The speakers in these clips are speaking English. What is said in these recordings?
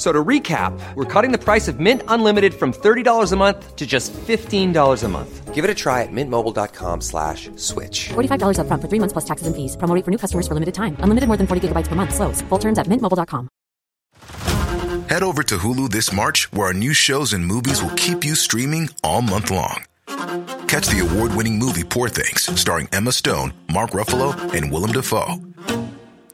So to recap, we're cutting the price of Mint Unlimited from $30 a month to just $15 a month. Give it a try at mintmobile.com slash switch. $45 up front for three months plus taxes and fees. Promo rate for new customers for limited time. Unlimited more than 40 gigabytes per month. Slows. Full terms at mintmobile.com. Head over to Hulu this March, where our new shows and movies will keep you streaming all month long. Catch the award winning movie Poor Things, starring Emma Stone, Mark Ruffalo, and Willem Dafoe.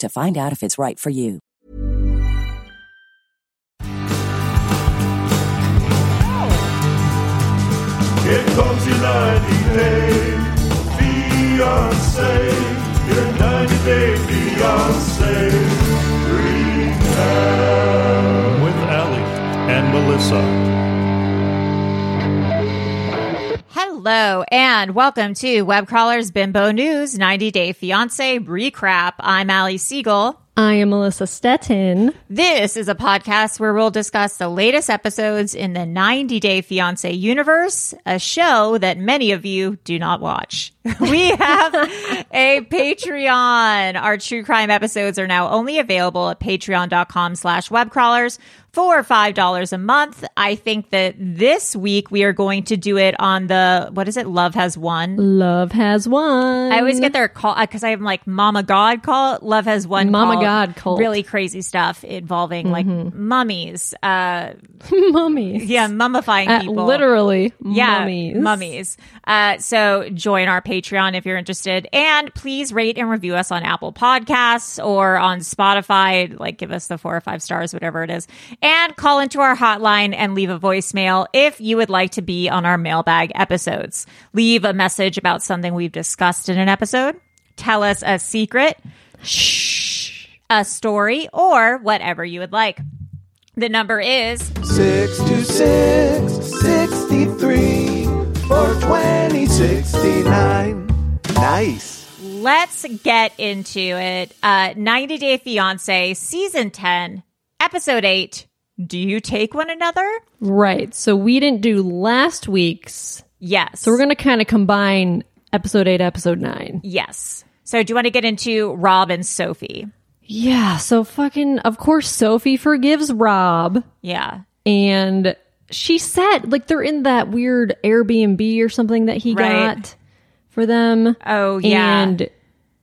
to find out if it's right for you. Here comes your 90 day fiance. Your 90 day fiance. Recap. With Allie and Melissa. Hello and welcome to Web Crawlers Bimbo News 90 Day Fiance Recrap. I'm Ali Siegel. I am Melissa Stettin. This is a podcast where we'll discuss the latest episodes in the 90 Day Fiance universe, a show that many of you do not watch. We have a Patreon. Our true crime episodes are now only available at patreon.com slash webcrawlers for $5 a month. I think that this week we are going to do it on the, what is it? Love has won. Love has won. I always get their call because I'm like Mama God call. Love has one Mama called God cult. Mm-hmm. Really crazy stuff involving like mummies. Uh, mummies. yeah, mummifying Uh, people. literally, Yeah, mummies. mummies. Uh, so join our Patreon if you're interested, and please rate and review us on Apple Podcasts or on Spotify. Like, give us the four or five stars, whatever it is, and call into our hotline and leave a voicemail if you would like to be on our mailbag episodes. Leave a message about something we've discussed in an episode. Tell us a secret. Shh. A story or whatever you would like. The number is 626 63 or 2069. Nice. Let's get into it. Uh, 90 Day Fiance, Season 10, Episode 8. Do you take one another? Right. So we didn't do last week's. Yes. So we're going to kind of combine episode 8, episode 9. Yes. So do you want to get into Rob and Sophie? Yeah. So fucking, of course, Sophie forgives Rob. Yeah. And she said, like, they're in that weird Airbnb or something that he Right. got for them. Oh, yeah. And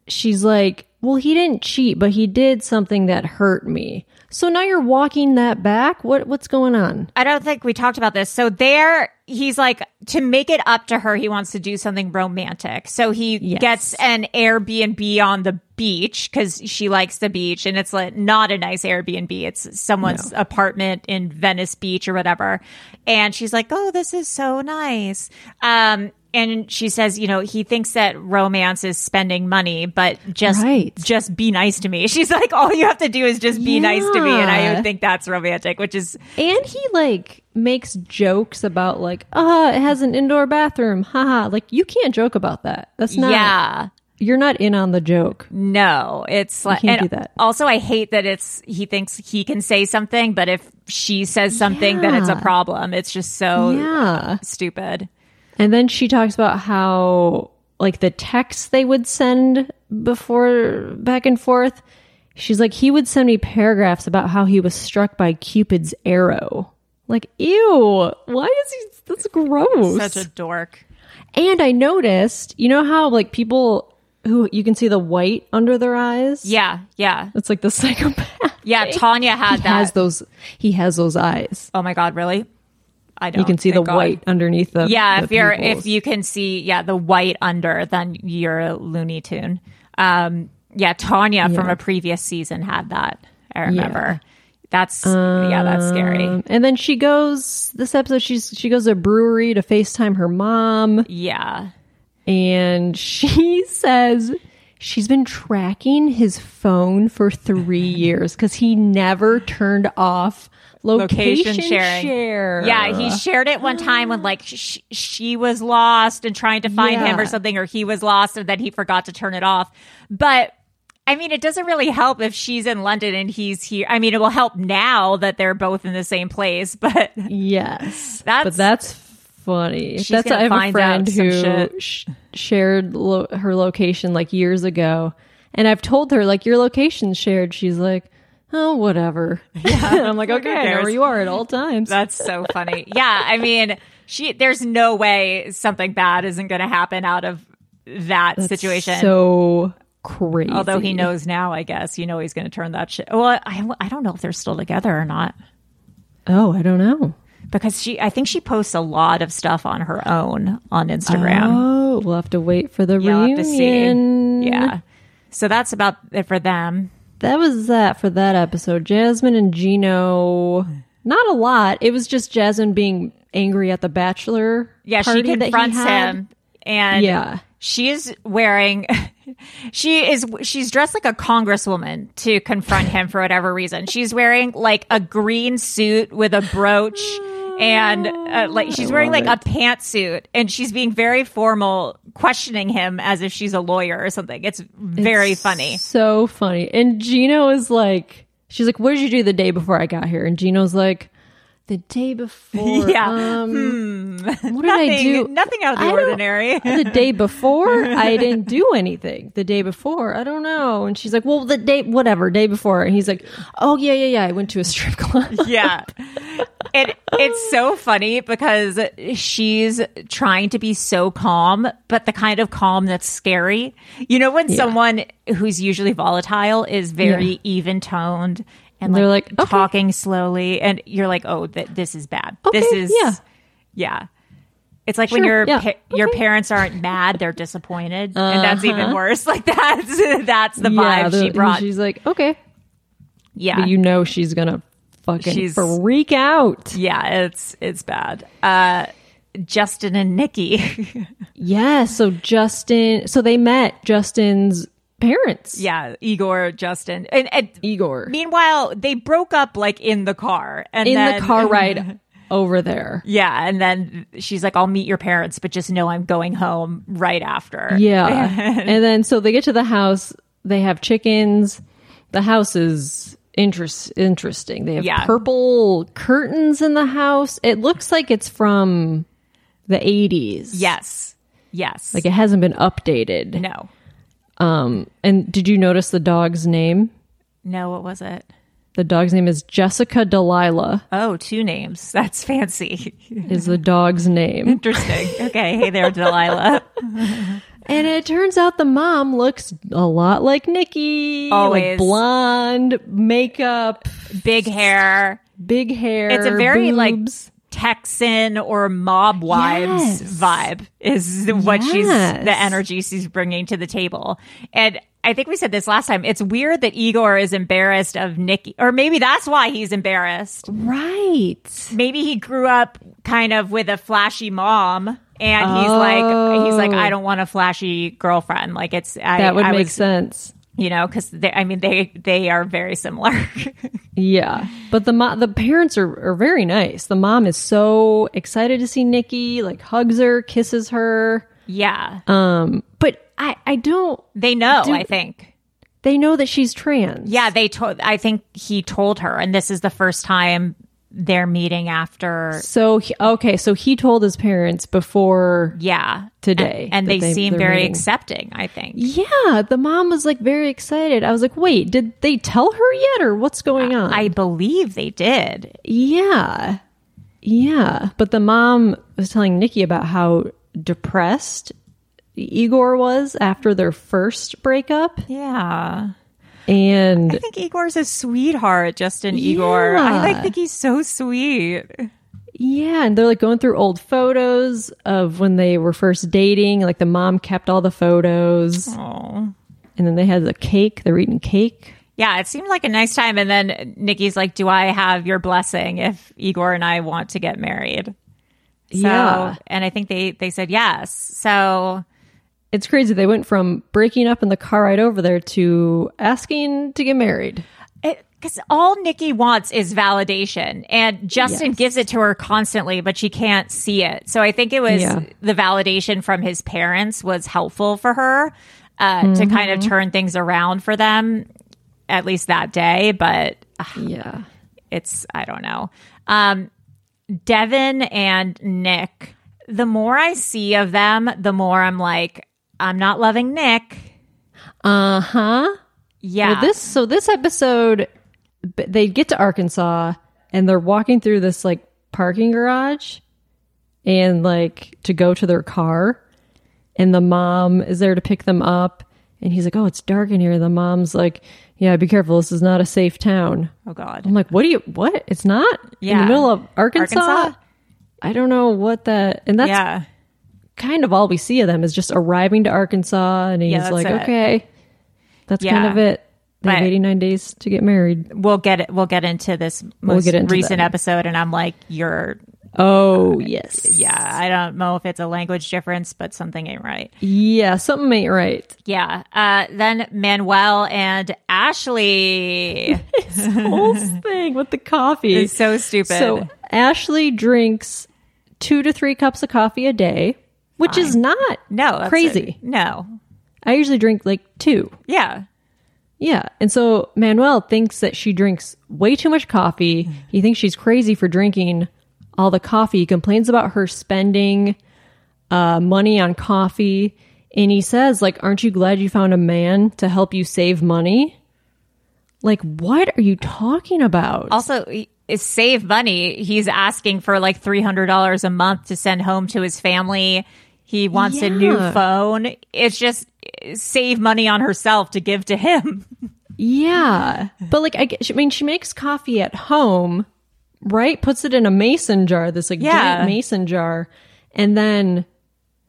she's like, Well, he didn't cheat, but he did something that hurt me. So now you're walking that back? What what's going on? I don't think we talked about this. So there, he's like, to make it up to her, he wants to do something romantic. So he Yes. gets an Airbnb on the beach because she likes the beach and it's like not a nice Airbnb. It's someone's apartment in Venice Beach or whatever. And she's like, oh, this is so nice. Um, and she says, you know, he thinks that romance is spending money, but just Right. just be nice to me. She's like, all you have to do is just be nice to me, and I Yeah. would think that's romantic, which is And he like makes jokes about "Ah, like, uh, it has an indoor bathroom. Haha. Like you can't joke about that. That's not Yeah. you're not in on the joke. No, it's like can't and do that. Also, I hate that it's he thinks he can say something, but if she says something, then it's a Yeah. problem. It's just so Yeah. stupid. And then she talks about how like the texts they would send before back and forth. She's like he would send me paragraphs about how he was struck by Cupid's arrow. Like ew, why is he that's gross. Such a dork. and I noticed, you know how like people who you can see the white under their eyes? Yeah, yeah, It's like the psychopath. yeah. Tanya had He that. has those he has those eyes. oh my god, really? I don't. You can see the Oh, thank God. white underneath the Yeah, the if you're pupils. if you can see yeah the white under, then you're a Looney Tune. Um, yeah, Tanya from a previous season had that. I remember. That's yeah, that's scary. Um, and then she goes this episode she's she goes to a brewery to FaceTime her mom Yeah. and she says she's been tracking his phone for 3 years cuz he never turned off location, location sharing. share. Yeah, he shared it one time when like sh- she was lost and trying to find him Yeah. or something, or he was lost and then he forgot to turn it off. But I mean, it doesn't really help if she's in London and he's here. I mean, it will help now that they're both in the same place, but Yes. That's- but that's funny. She's that's gonna I have a find out friend some who shit. sh- shared lo- her location like years ago, and I've told her like your location shared. She's like, oh whatever. and I'm like, okay, I know cares?" where you are at all times. that's so funny. yeah, I mean, she there's no way something bad isn't going to happen out of that situation. so crazy. Although he knows now, I guess you know he's going to turn that shit. Well, I, I don't know if they're still together or not. Oh, I don't know. because she I think she posts a lot of stuff on her own on Instagram. Oh, we'll have to wait for the You'll have reunion. to see. Yeah. So that's about it for them. That was that for that episode. Jasmine and Gino. Not a lot. It was just Jasmine being angry at the bachelor. Yeah, party she that he confronts had. him and Yeah. she is wearing she is she's dressed like a congresswoman to confront him for whatever reason. She's wearing like a green suit with a brooch and uh, like she's wearing like a pantsuit and she's being very formal questioning him as if she's a lawyer or something. It's very funny. So funny. And Gino is like, she's like, what did you do the day before I got here? And Gino's like, the day before. Yeah. Hmm. Um, What did I Nothing- do? nothing out of the I don't- ordinary. the day before, I didn't do anything. The day before, I don't know. And she's like, well, the day, whatever, day before. And he's like, oh, yeah, yeah, yeah. I went to a strip club. yeah. It it's so funny because she's trying to be so calm, but the kind of calm that's scary. You know when someone who's usually volatile is very Yeah. even toned and They're like, like, okay. talking slowly and you're like, "Oh, th- this is bad. this Okay, is yeah. yeah. It's like when Sure, your yeah, pa- your okay. Uh-huh. parents aren't mad, they're disappointed. And that's even worse. Like that's that's the vibe Yeah, the- she brought. She's like, okay. yeah. But you know she's going to fucking She's- freak out. Yeah, it's it's bad. Uh Justin and Nikki. Yeah. So Justin, so they met Justin's parents. yeah, Igor, Justin. And, and Igor. meanwhile, they broke up like in the car and in then- the car ride over there. Yeah, and then she's like, "I'll meet your parents, but just know I'm going home right after." Yeah. and then so they get to the house, they have chickens. The house is interest interesting. They have Yeah. purple curtains in the house. It looks like it's from the 80s. Yes. Yes. Like it hasn't been updated. no. Um and did you notice the dog's name? No. What was it? The dog's name is Jessica Delilah Oh, two names. That's fancy. is the dog's name. Interesting. Okay. Hey there, Delilah. And it turns out the mom looks a lot like Nikki. Always. Like blonde, makeup, Big hair. big hair. It's a very boobs. like Texan or mob wives Yes. vibe is what she's Yes. the energy she's bringing to the table. And I think we said this last time. It's weird that Igor is embarrassed of Nikki, or maybe that's why he's embarrassed. right. Maybe he grew up kind of with a flashy mom. And he's like, he's like, I don't want a flashy girlfriend. Like it's, I, Oh. That would I make was, sense. you know, because I mean, they they are very similar. Yeah. But the mo- the parents are, are very nice. The mom is so excited to see Nikki, like hugs her, kisses her. yeah, Um but I, I don't. They know, Do- I think. They know that she's trans. Yeah, they told. I think he told her, and this is the first time they're meeting after. So he, okay, so he told his parents before. Yeah, Today and, and that they, they- seem they're very meeting. accepting. I think. Yeah, the mom was like very excited. I was like, wait, did they tell her yet, or what's going on? I believe they did. Yeah. Yeah. But the mom was telling Nikki about how depressed Igor was after their first breakup. Yeah. And I think Igor's a sweetheart, Justin Igor. I like think he's so sweet. yeah, and they're like going through old photos of when they were first dating. Like the mom kept all the photos. And then they had the cake. They're eating cake. Yeah, it seemed like a nice time. And then Nikki's like, Do I have your blessing if Igor and I want to get married? So, Yeah. And I think they, they said yes. So, It's crazy. They went from breaking up in the car ride over there to asking to get married. because all Nikki wants is validation, and Justin Yes. gives it to her constantly, but she can't see it. So I think it was Yeah. the validation from his parents was helpful for her uh, to kind Mm-hmm. of turn things around for them, at least that day. But Yeah. it's I don't know. Um, Devin and Nick. The more I see of them, the more I'm like, I'm not loving Nick. Uh huh. Yeah, Well, this so this episode, b- they get to Arkansas and they're walking through this like parking garage, and like to go to their car, and the mom is there to pick them up, and he's like, "Oh, it's dark in here." The mom's like, "Yeah, be careful. This is not a safe town." oh god, I'm like, "What do you? What? It's not in Yeah. the middle of Arkansas." Arkansas? I don't know what that, and that's yeah. kind of all we see of them is just arriving to Arkansas, and he's Yeah, that's like, it. okay, that's Yeah. kind of it. They But- have 89 days to get married. we'll get we'll get into this most get into recent that. episode and i'm like you're Oh, yes. yeah i don't know if it's a language difference but something ain't right Yeah, something ain't right. yeah uh then manuel and ashley Whole thing with the coffee. is so stupid So Ashley drinks two to three cups of coffee a day, which is not no that's crazy. it. no I usually drink like two. yeah Yeah. And so Manuel thinks that she drinks way too much coffee. He thinks she's crazy for drinking all the coffee. He complains about her spending uh, money on coffee. And he says, like, aren't you glad you found a man to help you save money? Like, what are you talking about? also is save money he's asking for like $300 a month to send home to his family he wants a new Yeah. phone it's just eh, save money on herself to give to him yeah. But like, I, get- I mean, she makes coffee at home, right? Puts it in a mason jar, this like Yeah. giant mason jar. And then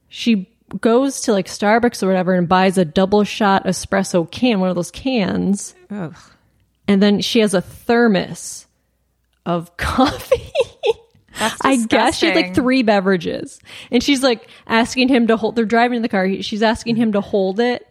she goes to like Starbucks or whatever and buys a double shot espresso can, one of those cans. And then she has a thermos of coffee. That's I guess she had like disgusting. three beverages. And she's like asking him to hold, they're driving in the car. He- She's asking him to hold it.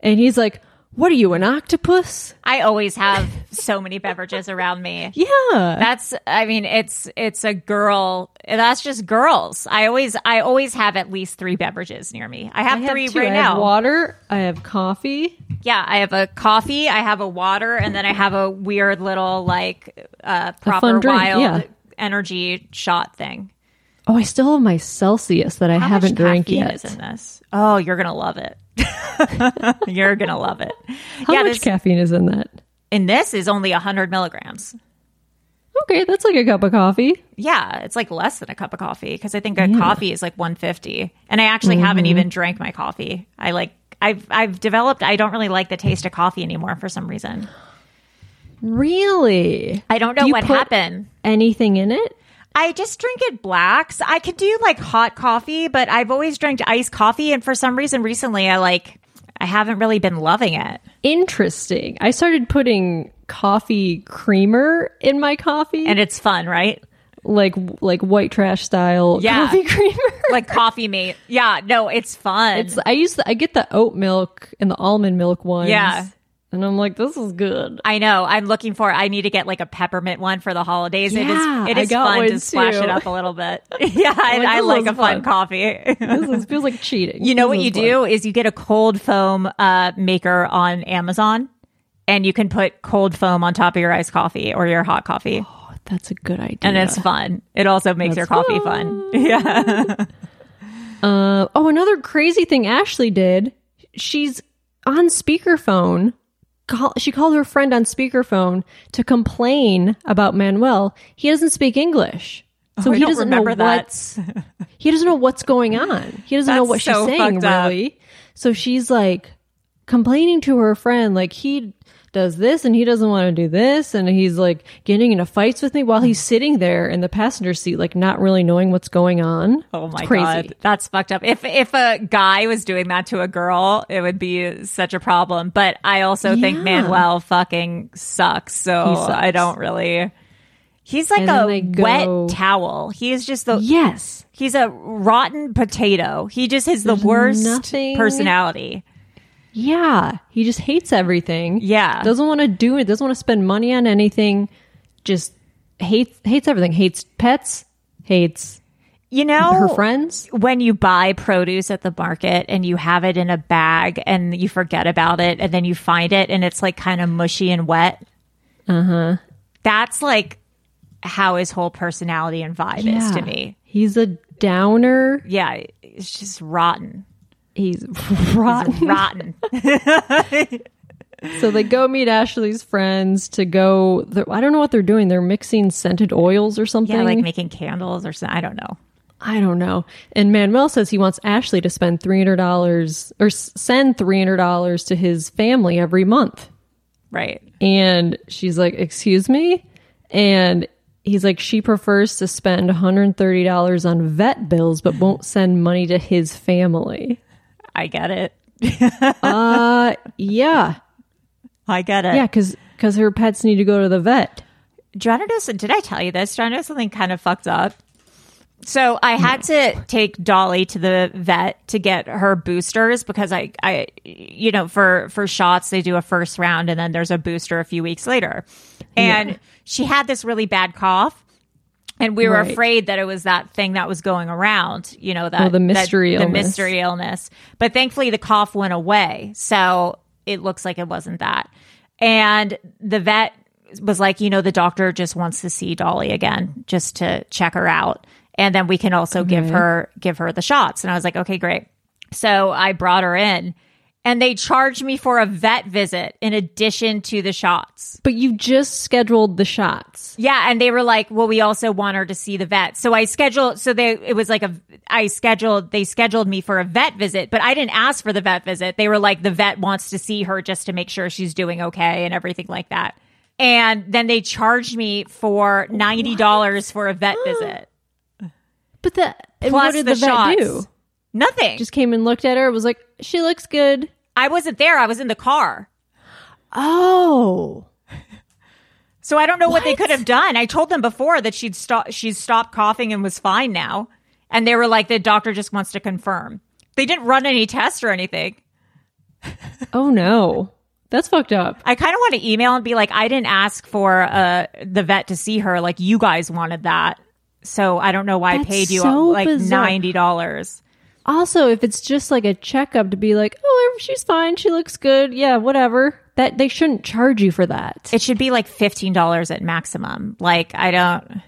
And he's like, What are you, an octopus? I always have so many beverages around me. Yeah. That's I mean it's it's a girl that's just girls. I always I always have at least 3 beverages near me. I have, I have 3 two. right I have now. water. I have coffee. yeah, I have a coffee, I have a water and then I have a weird little like uh proper fun drink, wild yeah. energy shot thing. Oh, I still have my Celsius that I How haven't much drank caffeine yet. is in this? Oh, you're going to love it. you're going to love it. How yeah, much this, caffeine is in that? in this is only 100 milligrams. Okay, that's like a cup of coffee. yeah, it's like less than a cup of coffee because I think a coffee is like 150. And I actually haven't Mm-hmm. even drank my coffee. I like I've I've developed I don't really like the taste of coffee anymore for some reason. Really? I don't know Do you what put happened. Anything in it? I just drink it blacks. I could do like hot coffee, but I've always drank iced coffee and for some reason recently I like I haven't really been loving it. Interesting. I started putting coffee creamer in my coffee, And it's fun, right? like like white trash style Yeah. coffee creamer. Like coffee mate. Yeah, no, it's fun. It's I use the, I get the oat milk and the almond milk ones. Yeah. And I'm like, this is good. I know. I'm looking for. I need to get like a peppermint one for the holidays. Yeah, it is. It I is got fun one to splash too. it up a little bit. yeah, and Like, I this like is a fun fun. coffee. This is, feels like cheating. you know what This is you fun. do is you get a cold foam uh, maker on Amazon, and you can put cold foam on top of your iced coffee or your hot coffee, Oh, That's a good idea. and it's fun. It also makes your coffee fun. Yeah. Uh, oh, another crazy thing Ashley did. She's on speakerphone. Call, she called her friend on speakerphone to complain about Manuel. He doesn't speak English, so Oh, I he don't doesn't remember know that. what's he doesn't know what's going on. He doesn't know That's what so she's saying fucked up. really. So she's like complaining to her friend, like he does this and he doesn't want to do this, and he's like getting into fights with me while he's sitting there in the passenger seat, like not really knowing what's going on. Oh my crazy. god, that's fucked up. If if a guy was doing that to a girl, it would be such a problem. But I also think Yeah. Manuel fucking sucks. So He sucks. I don't really. He's like And then a they go- wet towel. He is just the Yes. he's a rotten potato. He just has the worst nothing- personality. Yeah, he just hates everything. Yeah. doesn't want to do it. Doesn't want to spend money on anything. Just hates hates everything. Hates pets. Hates You know, her friends. when you buy produce at the market and you have it in a bag and you forget about it and then you find it and it's like kind of mushy and wet. Uh huh. Uh-huh. That's like how his whole personality and vibe is to Yeah. me. He's a downer. Yeah, it's just rotten. He's rotten. Rotten. so they go meet Ashley's friends to go. they're- I don't know what they're doing. They're mixing scented oils or something. yeah, like making candles or something. I don't know. I don't know. And Manuel says he wants Ashley to spend three hundred dollars or s- send three hundred dollars to his family every month. Right. And she's like, Excuse me? And he's like, She prefers to spend $130 on vet bills, but won't send money to his family. I get it. Yeah. I get it. Yeah. Cause, cause her pets need to go to the vet. Do you want to know some- Did I tell you this? Do you want to know something kind of fucked up? So I had to take Dolly to the vet to get her boosters because I, I, you know, for for shots they do a first round and then there's a booster a few weeks later, and she had this really bad cough, and we were Right. afraid that it was that thing that was going around, you know, that Oh, the that- mystery the illness. mystery illness. But thankfully, the cough went away, so it looks like it wasn't that. And the vet was like, you know, the doctor just wants to see Dolly again, just to check her out, and then we can also give her give her the shots. And I was like, okay, great. So I brought her in, and they charged me for a vet visit in addition to the shots. But you just scheduled the shots. Yeah, and they were like, "Well, we also want her to see the vet." So I scheduled. So they it was like a I scheduled. They scheduled me for a vet visit, but I didn't ask for the vet visit. They were like, "The vet wants to see her just to make sure she's doing okay and everything like that." And then they charged me for ninety dollars for a vet visit But the, and plus what did the, the, vet shots. do? Nothing. Just came and looked at her, was like, She looks good. I wasn't there. I was in the car. Oh. So I don't know what, they could have done. I told them before that she'd stop she's stopped coughing and was fine now. And they were like the doctor just wants to confirm. They didn't run any tests or anything. Oh no. That's fucked up. I kind of want to email and be like I didn't ask for uh the vet to see her like you guys wanted that. So I don't know why I That's paid you so like bizarre. $90. Also, if it's just like a checkup to be like, oh, she's fine, she looks good, yeah, whatever. That they shouldn't charge you for that. It should be like $15 at maximum. Like I don't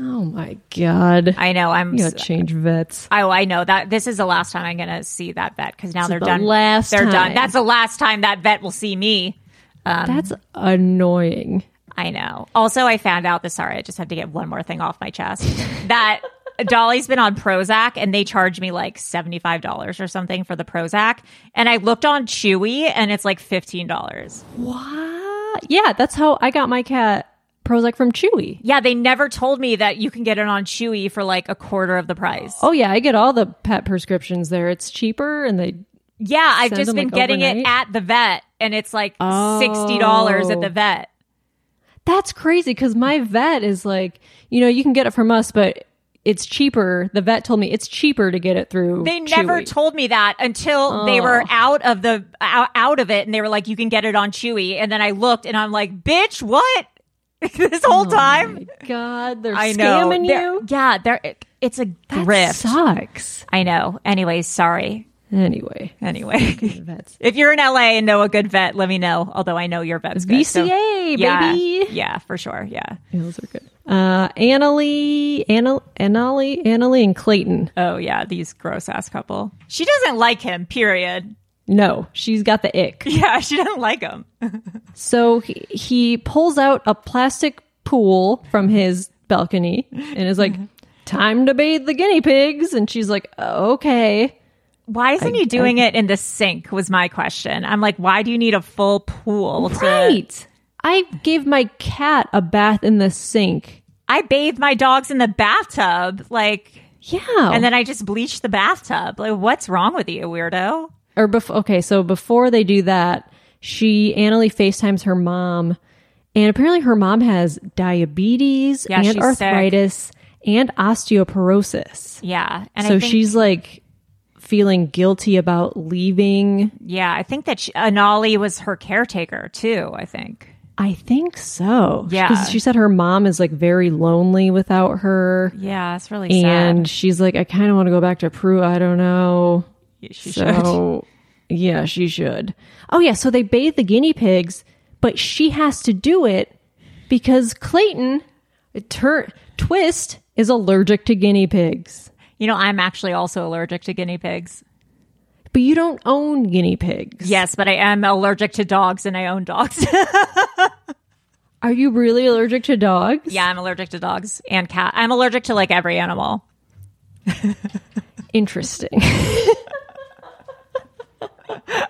oh my god, I know I'm you gotta change vets. Oh, I know that this is the last time I'm going to see that vet because now they're the done. last they're done. time. That's the last time that vet will see me. That's annoying. I know. Also, I found out this. Sorry, I just have to get one more thing off my chest. that Dolly's been on Prozac, and they charge me like seventy five dollars or something for the Prozac. And I looked on Chewy, and it's like fifteen dollars. What? Uh, Yeah, that's how I got my cat Prozac from Chewy. Yeah, they never told me that you can get it on Chewy for like a quarter of the price. Oh yeah, I get all the pet prescriptions there. It's cheaper, and they yeah, I've send just them, been like, getting it overnight? at the vet, and it's like sixty dollars at the Oh. vet. that's crazy because my vet is like, you know, you can get it from us, but it's cheaper. The vet told me it's cheaper to get it through. They never Chewy. Oh. told me that until they were out of the out, out of it, and they were like, "You can get it on Chewy." And then I looked, and I'm like, "Bitch, what?" this whole time, God, Oh they're I know. scamming They're- you. Yeah, they're, it's a That grift. sucks. I know. Anyways, sorry. Anyway, Anyway, vets. if you're in LA and know a good vet, let me know. Although I know your vet's good. so- VCA, yeah, baby. Yeah, for sure. Yeah. Yeah, those are good. Uh, Annalie, Anna, Annalie, Annalie, and Clayton. Oh, yeah. These gross ass couple. She doesn't like him, period. No, she's got the ick. Yeah, she doesn't like him. So he, he pulls out a plastic pool from his balcony and is like, "Time to bathe the guinea pigs." And she's like, "Okay." Why isn't he doing it in the sink? Was my question. I'm like, why do you need a full pool? to- Right. I gave my cat a bath in the sink. I bathe my dogs in the bathtub, like, Yeah. and then I just bleach the bathtub. Like, what's wrong with you, weirdo? or before okay so before they do that she annalee facetimes her mom and apparently her mom has diabetes Yeah, she's and sick. arthritis and osteoporosis Yeah. And so I think, she's like feeling guilty about leaving yeah, I think that she, Anali was her caretaker too. I think. i think so Yeah. 'Cause she said her mom is like very lonely without her Yeah, it's really and sad. she's like i kind of want to go back to peru i don't know Yeah, She so, yeah, she should. Oh, yeah. So they bathe the guinea pigs, but she has to do it because Clayton tur- Twist is allergic to guinea pigs. You know, I'm actually also allergic to guinea pigs. But you don't own guinea pigs. Yes, but I am allergic to dogs and I own dogs. Are you really allergic to dogs? yeah, I'm allergic to dogs and cat. I'm allergic to like every animal. Interesting.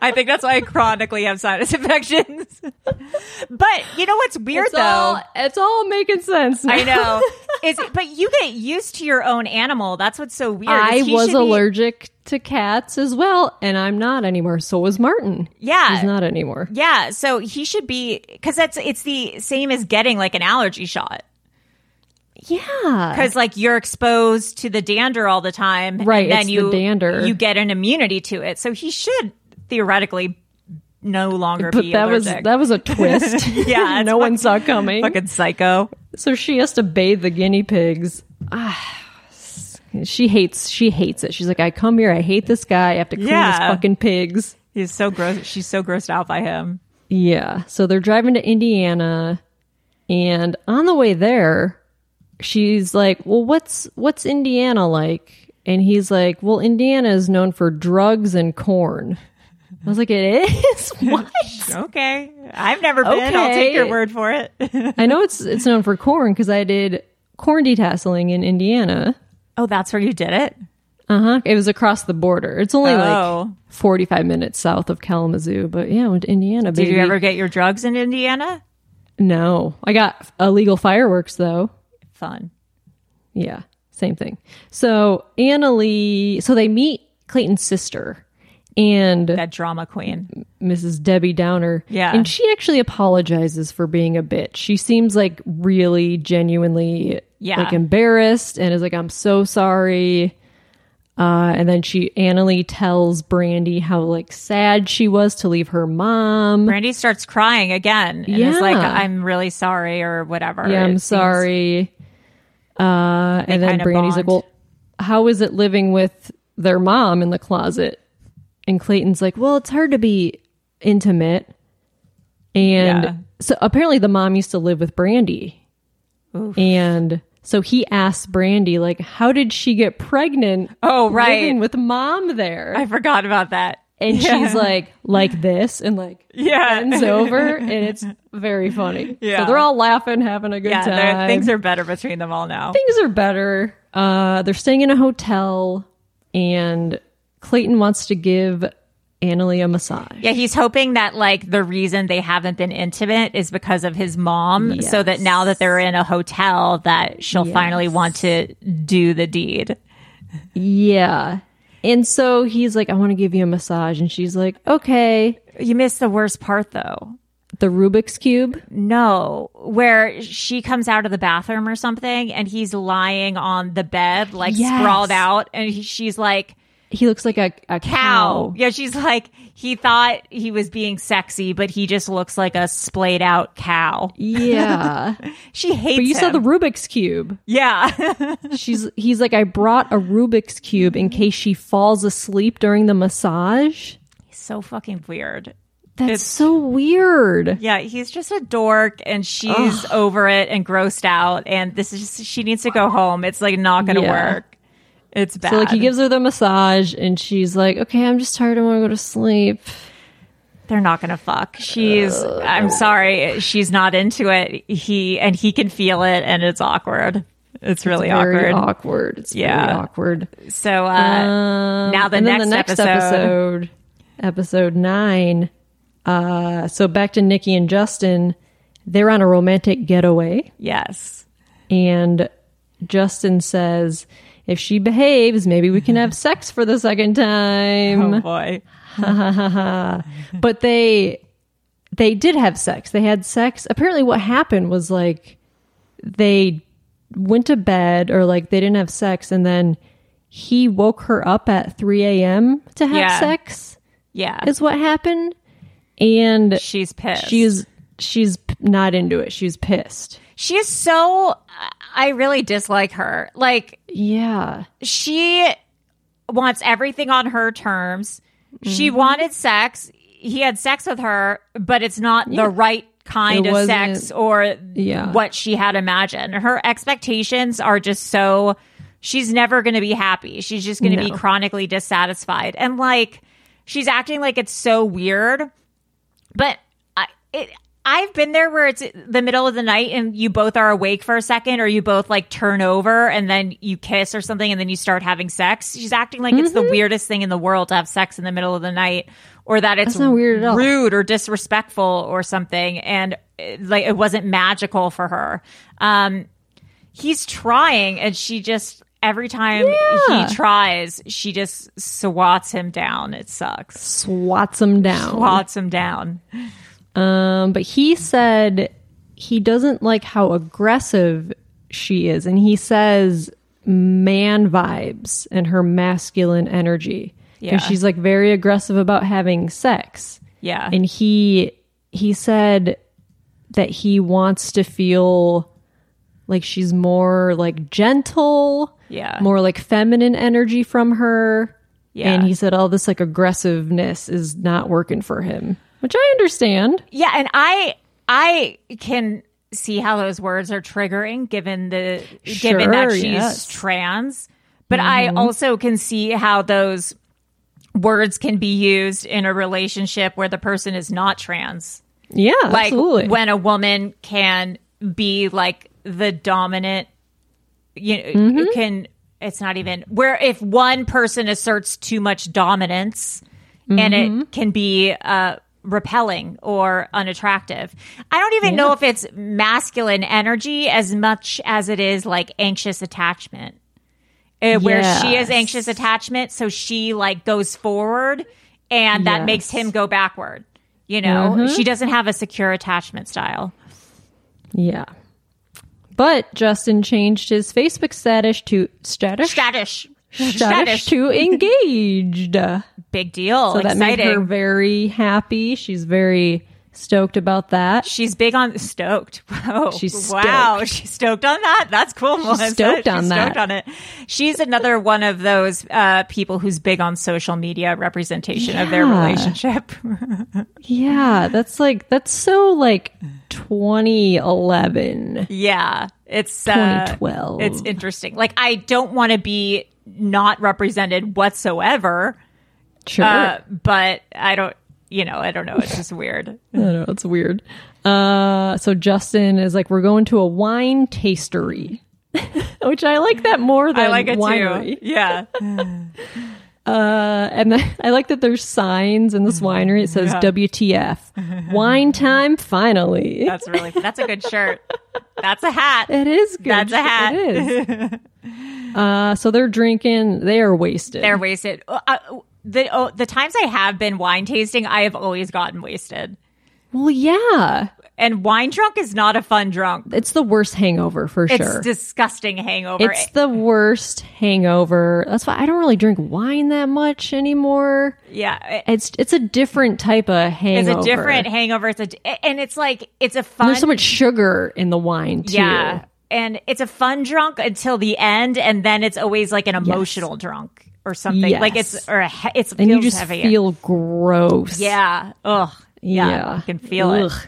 I think that's why I chronically have sinus infections. but you know what's weird it's, though? all, it's all making sense. now. I know. Is but you get used to your own animal. That's what's so weird. I is he was should be- allergic to cats as well, and I'm not anymore. So was Martin. Yeah. He's not anymore. Yeah, so he should be because that's it's the same as getting like an allergy shot. Yeah. because like you're exposed to the dander all the time, Right, And then it's the you dander. you get an immunity to it, so he should theoretically no longer But be that was allergic. that was a twist. Yeah, it's no one saw coming. fucking psycho. So she has to bathe the guinea pigs. Ah, she hates. She hates it. She's like, I come here. I hate this guy. I have to clean his Yeah. fucking pigs. He's so gross. She's so grossed out by him. Yeah. So they're driving to Indiana, and on the way there, she's like, "Well, what's what's Indiana like?" And he's like, "Well, Indiana is known for drugs and corn." I was like, "It is what?" Okay, I've never been. I'll take your Okay. word for it. I know it's it's known for corn because I did corn detasseling in Indiana. oh, that's where you did it. Uh huh. It was across the border. It's only Oh. like 45 minutes south of Kalamazoo, but yeah, I went to Indiana. Did Baby. you ever get your drugs in Indiana? No. I got illegal fireworks though. Fun. Yeah, same thing. So Annalie, so they meet Clayton's sister and That drama queen. Mrs. Debbie Downer. Yeah. And she actually apologizes for being a bitch. She seems like really genuinely Yeah. like embarrassed and is like, I'm so sorry. Uh, and then she Annalie tells Brandy how like sad she was to leave her mom. Brandy starts crying again and is like, Yeah. "I'm really sorry" or whatever. yeah, It I'm seems- sorry. Uh, and then kinda Brandy's like, bond. well, how is it living with their mom in the closet? And Clayton's like, well, it's hard to be intimate. And Yeah. so apparently the mom used to live with Brandy. And so he asked Brandy, like, how did she get pregnant? Oh, right. Living with mom there. I forgot about that. and she's like, like this, and like Yeah. bends over, and it's very funny. Yeah. So they're all laughing, having a good Yeah, time they're- things are better between them all now. things are better. Uh, they're staying in a hotel, and Clayton wants to give Annalie a massage. Yeah, he's hoping that like the reason they haven't been intimate is because of his mom, so that now that they're in a hotel, that she'll finally want to do the deed. Yeah. And so he's like, I want to give you a massage. And she's like, okay. You missed the worst part though. The Rubik's Cube. No, where she comes out of the bathroom or something and he's lying on the bed, like Yes. sprawled out. And he, she's like, He looks like a, a cow. cow. Yeah, she's like, he thought he was being sexy, but he just looks like a splayed out cow. Yeah. She hates but you saw him. the Rubik's Cube. Yeah. She's he's like, I brought a Rubik's Cube in case she falls asleep during the massage. so fucking weird. That's It's- so weird. Yeah, he's just a dork and she's over it and grossed out and this is just, she needs to go home. It's like not going to Yeah. work. It's bad. So like he gives her the massage and she's like, Okay, I'm just tired, I wanna go to sleep. They're not going to fuck. She's I'm sorry, she's not into it. He and he can feel it and it's awkward. It's really Very awkward. awkward. It's very Yeah. awkward. So uh Um, now the and next, then the next episode. episode, episode nine. Uh, so back to Nikki and Justin. They're on a romantic getaway, Yes. and Justin says, "If she behaves, maybe we Mm-hmm. can have sex for the second time." Oh boy. But they they did have sex. They had sex. Apparently, what happened was like they went to bed, or like they didn't have sex, and then he woke her up at three a.m. to have Yeah. sex. Yeah. is what happened and she's pissed. she's she's p- not into it she's pissed she's so I really dislike her. Like yeah she wants everything on her terms. She Mm-hmm. wanted sex. He had sex with her, but it's not the right kind It of wasn't- sex or Yeah. what she had imagined. Her expectations are just so she's never going to be happy. She's just going to be No. chronically dissatisfied. And like she's acting like it's so weird, but I it I've been there where it's the middle of the night and you both are awake for a second or you both like turn over and then you kiss or something and then you start having sex. She's acting like it's the Mm-hmm. weirdest thing in the world to have sex in the middle of the night or that it's That's not weird at all. rude or disrespectful or something and uh, like it wasn't magical for her. Um he's trying and she just every time Yeah. he tries, she just swats him down. It sucks. swats him down Swats him down. um but he said he doesn't like how aggressive she is and he says man vibes and her masculine energy Yeah. and she's like very aggressive about having sex Yeah. and he he said that he wants to feel like she's more like gentle Yeah. more like feminine energy from her Yeah. and he said all this like aggressiveness is not working for him which i understand Yeah, and I I can see how those words are triggering given the given that Sure, she's yes. Mm-hmm. trans, but I also can see how those words can be used in a relationship where the person is not trans. yeah Like absolutely when a woman can be like the dominant you know, Mm-hmm. can it's not even where if one person asserts too much dominance and Mm-hmm. it can be uh repelling or unattractive. I don't even know if it's masculine energy as much as it is like anxious attachment. Uh, Where she is Yes. anxious attachment, so she like goes forward and that makes Yes. Mm-hmm. him go backward. You know, she doesn't have a secure attachment style. yeah but justin changed his facebook status to status Status. status to engaged Big deal. so that made Exciting. her very happy she's very stoked about that She's big on stoked. Whoa. She's Wow. stoked. She's stoked on that. That's cool, Melissa. stoked on She's that. stoked on it. She's another one of those uh, people who's big on social media representation of their Yeah. relationship. Yeah, that's like that's so like 2011. yeah. It's uh, 2012. It's interesting. Like I don't want to be not represented whatsoever, Sure, uh, but I don't you know, I don't know. It's just weird. I don't know it's weird. Uh, so Justin is like, we're going to a wine tastery, which I like that more than I like it winery. too. Yeah. Uh, and then I like that there's signs in Mm-hmm. this winery. It says WTF, wine time finally. That's really that's a good shirt. That's a hat. it is good. That's a hat. It is. uh, so they're drinking. They are wasted. They're wasted. Uh, uh, the oh, the times I have been wine tasting, I have always gotten wasted. Well, yeah. And wine drunk is not a fun drunk. It's the worst hangover for It's sure. disgusting hangover. It's the worst hangover. That's why I don't really drink wine that much anymore. yeah. it- It's it's a different type of it's hangover. a different hangover. It's a, and it's like, it's a fun. There's so much sugar in the wine too. Yeah. And it's a fun drunk until the end, and then it's always like an emotional drunk or something. Like Yes. it's or a he- it's and you feels just heavy. feel gross. yeah. Ugh. Yeah. You can feel it. Ugh.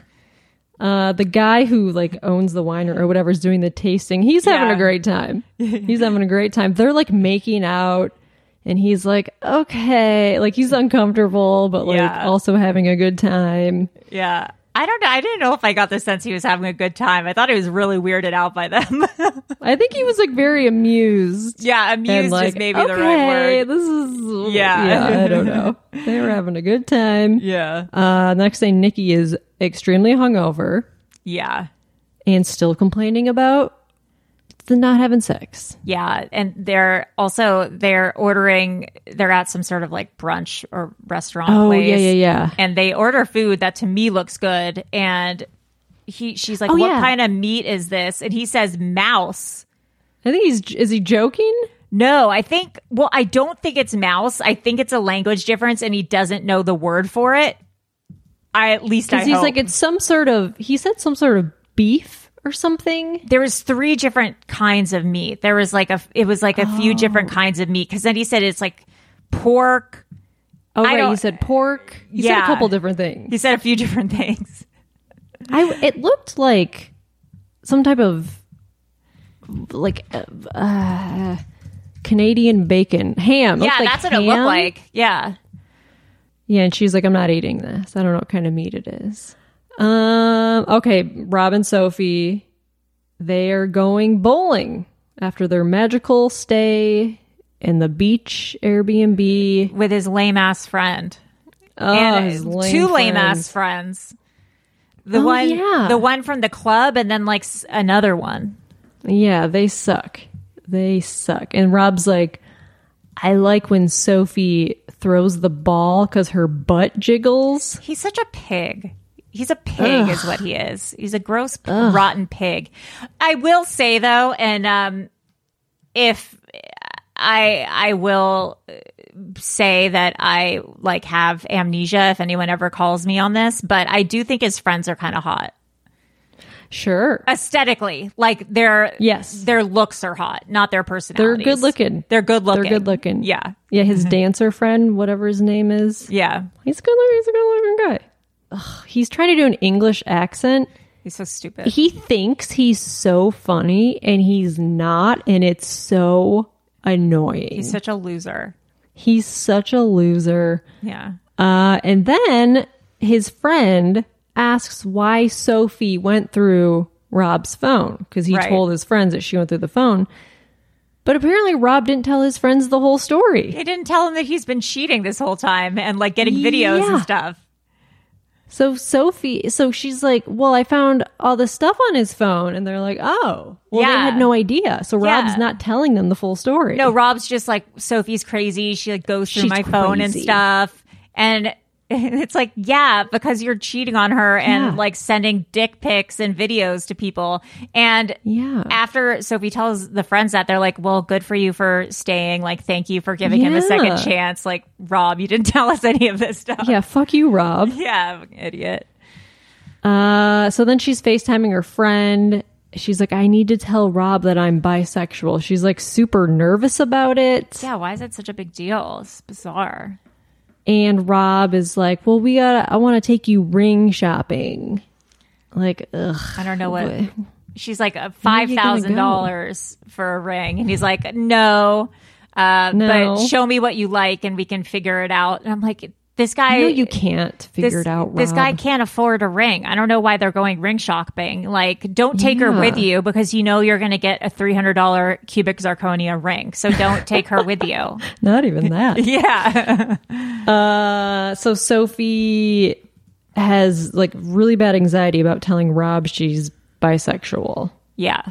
Uh, the guy who like owns the wine or whatever's doing the tasting, he's having Yeah. a great time. He's having a great time. They're like making out, and he's like, okay, like he's uncomfortable, but like Yeah. also having a good time. Yeah. I don't know. I didn't know if I got the sense he was having a good time. I thought he was really weirded out by them. I think he was like very amused. yeah, amused and like, is maybe okay, the right word. this is Yeah. yeah. I don't know. They were having a good time. Yeah. Uh, next thing, Nikki is extremely hungover Yeah. and still complaining about the not having sex. Yeah, and they're also they're ordering. They're at some sort of like brunch or restaurant. Oh, place, yeah, yeah, yeah. And they order food that to me looks good. And he, she's like, Oh, "What yeah. kind of meat is this?" And he says, "Mouse." I think he's is he joking? No, I think. Well, I don't think it's mouse. I think it's a language difference, and he doesn't know the word for it. I at least I Because he's hope. like it's some sort of he said some sort of beef or something. there was three different kinds of meat. There was like a it was like a few Oh. different kinds of meat because then he said it's like pork. Oh I right, he don't- said pork. He said Yeah. a couple different things. He said a few different things. I it looked like some type of like uh, uh, Canadian bacon ham. It Yeah, looked like that's what it looked ham. like. Yeah. Yeah, and she's like, I'm not eating this. I don't know what kind of meat it is. Um, okay, Rob and Sophie, they are going bowling after their magical stay in the beach Airbnb. With his lame ass friend. Oh, and his two lame friend. ass friends. The Oh, one, yeah. the one from the club and then like s- another one. Yeah, they suck. They suck. And Rob's like, I like when Sophie throws the ball because her butt jiggles. He's such a pig. He's a pig, is what he is. He's a gross, p- rotten pig. I will say though, and um, if I, I will uh, say that I like have amnesia if anyone ever calls me on this, but I do think his friends are kind of hot. Sure. aesthetically like their Yes. their looks are hot not their They're personalities good looking. they're good looking They're good looking. yeah Yeah, his dancer friend, whatever his name is. yeah He's a good looking. He's a good looking guy. Ugh, he's trying to do an English accent. he's so stupid He thinks he's so funny, and he's not, and it's so annoying. he's such a loser he's such a loser. yeah Uh, and then his friend asks why Sophie went through Rob's phone because he Right. told his friends that she went through the phone. But apparently, Rob didn't tell his friends the whole story. they didn't tell him that he's been cheating this whole time and like getting videos and Yeah. stuff So Sophie, so she's like, "Well, I found all this stuff on his phone," and they're like, "Oh, well, Yeah. they had no idea." So Yeah. Rob's not telling them the full story. no rob's just like sophie's crazy she like goes through She's my phone and crazy. stuff and it's like yeah because you're cheating on her and Yeah. like sending dick pics and videos to people and yeah, after Sophie tells the friends that, they're like, well, good for you for staying. Like, thank you for giving him a second Yeah. chance. Like, Rob, you didn't tell us any of this stuff. yeah. Fuck you, Rob. Yeah, idiot. Uh, so then she's FaceTiming her friend. She's like, "I need to tell Rob that I'm bisexual." She's like super nervous about it, Yeah, why is that such a big deal? It's bizarre. and Rob is like, "Well, we got. I want to take you ring shopping." Like, ugh. I don't know what. She's like, uh, $5,000 for a ring. And he's like, no, uh, No. but show me what you like and we can figure it out. And I'm like, this guy. No, you can't figure this, it out. Rob. This guy can't afford a ring. I don't know why they're going ring shopping. Like, don't take her Yeah. with you because you know you're going to get a three hundred dollar cubic zirconia ring. So don't take her with you. not even that. Yeah, Uh, so Sophie has like really bad anxiety about telling Rob she's bisexual. yeah,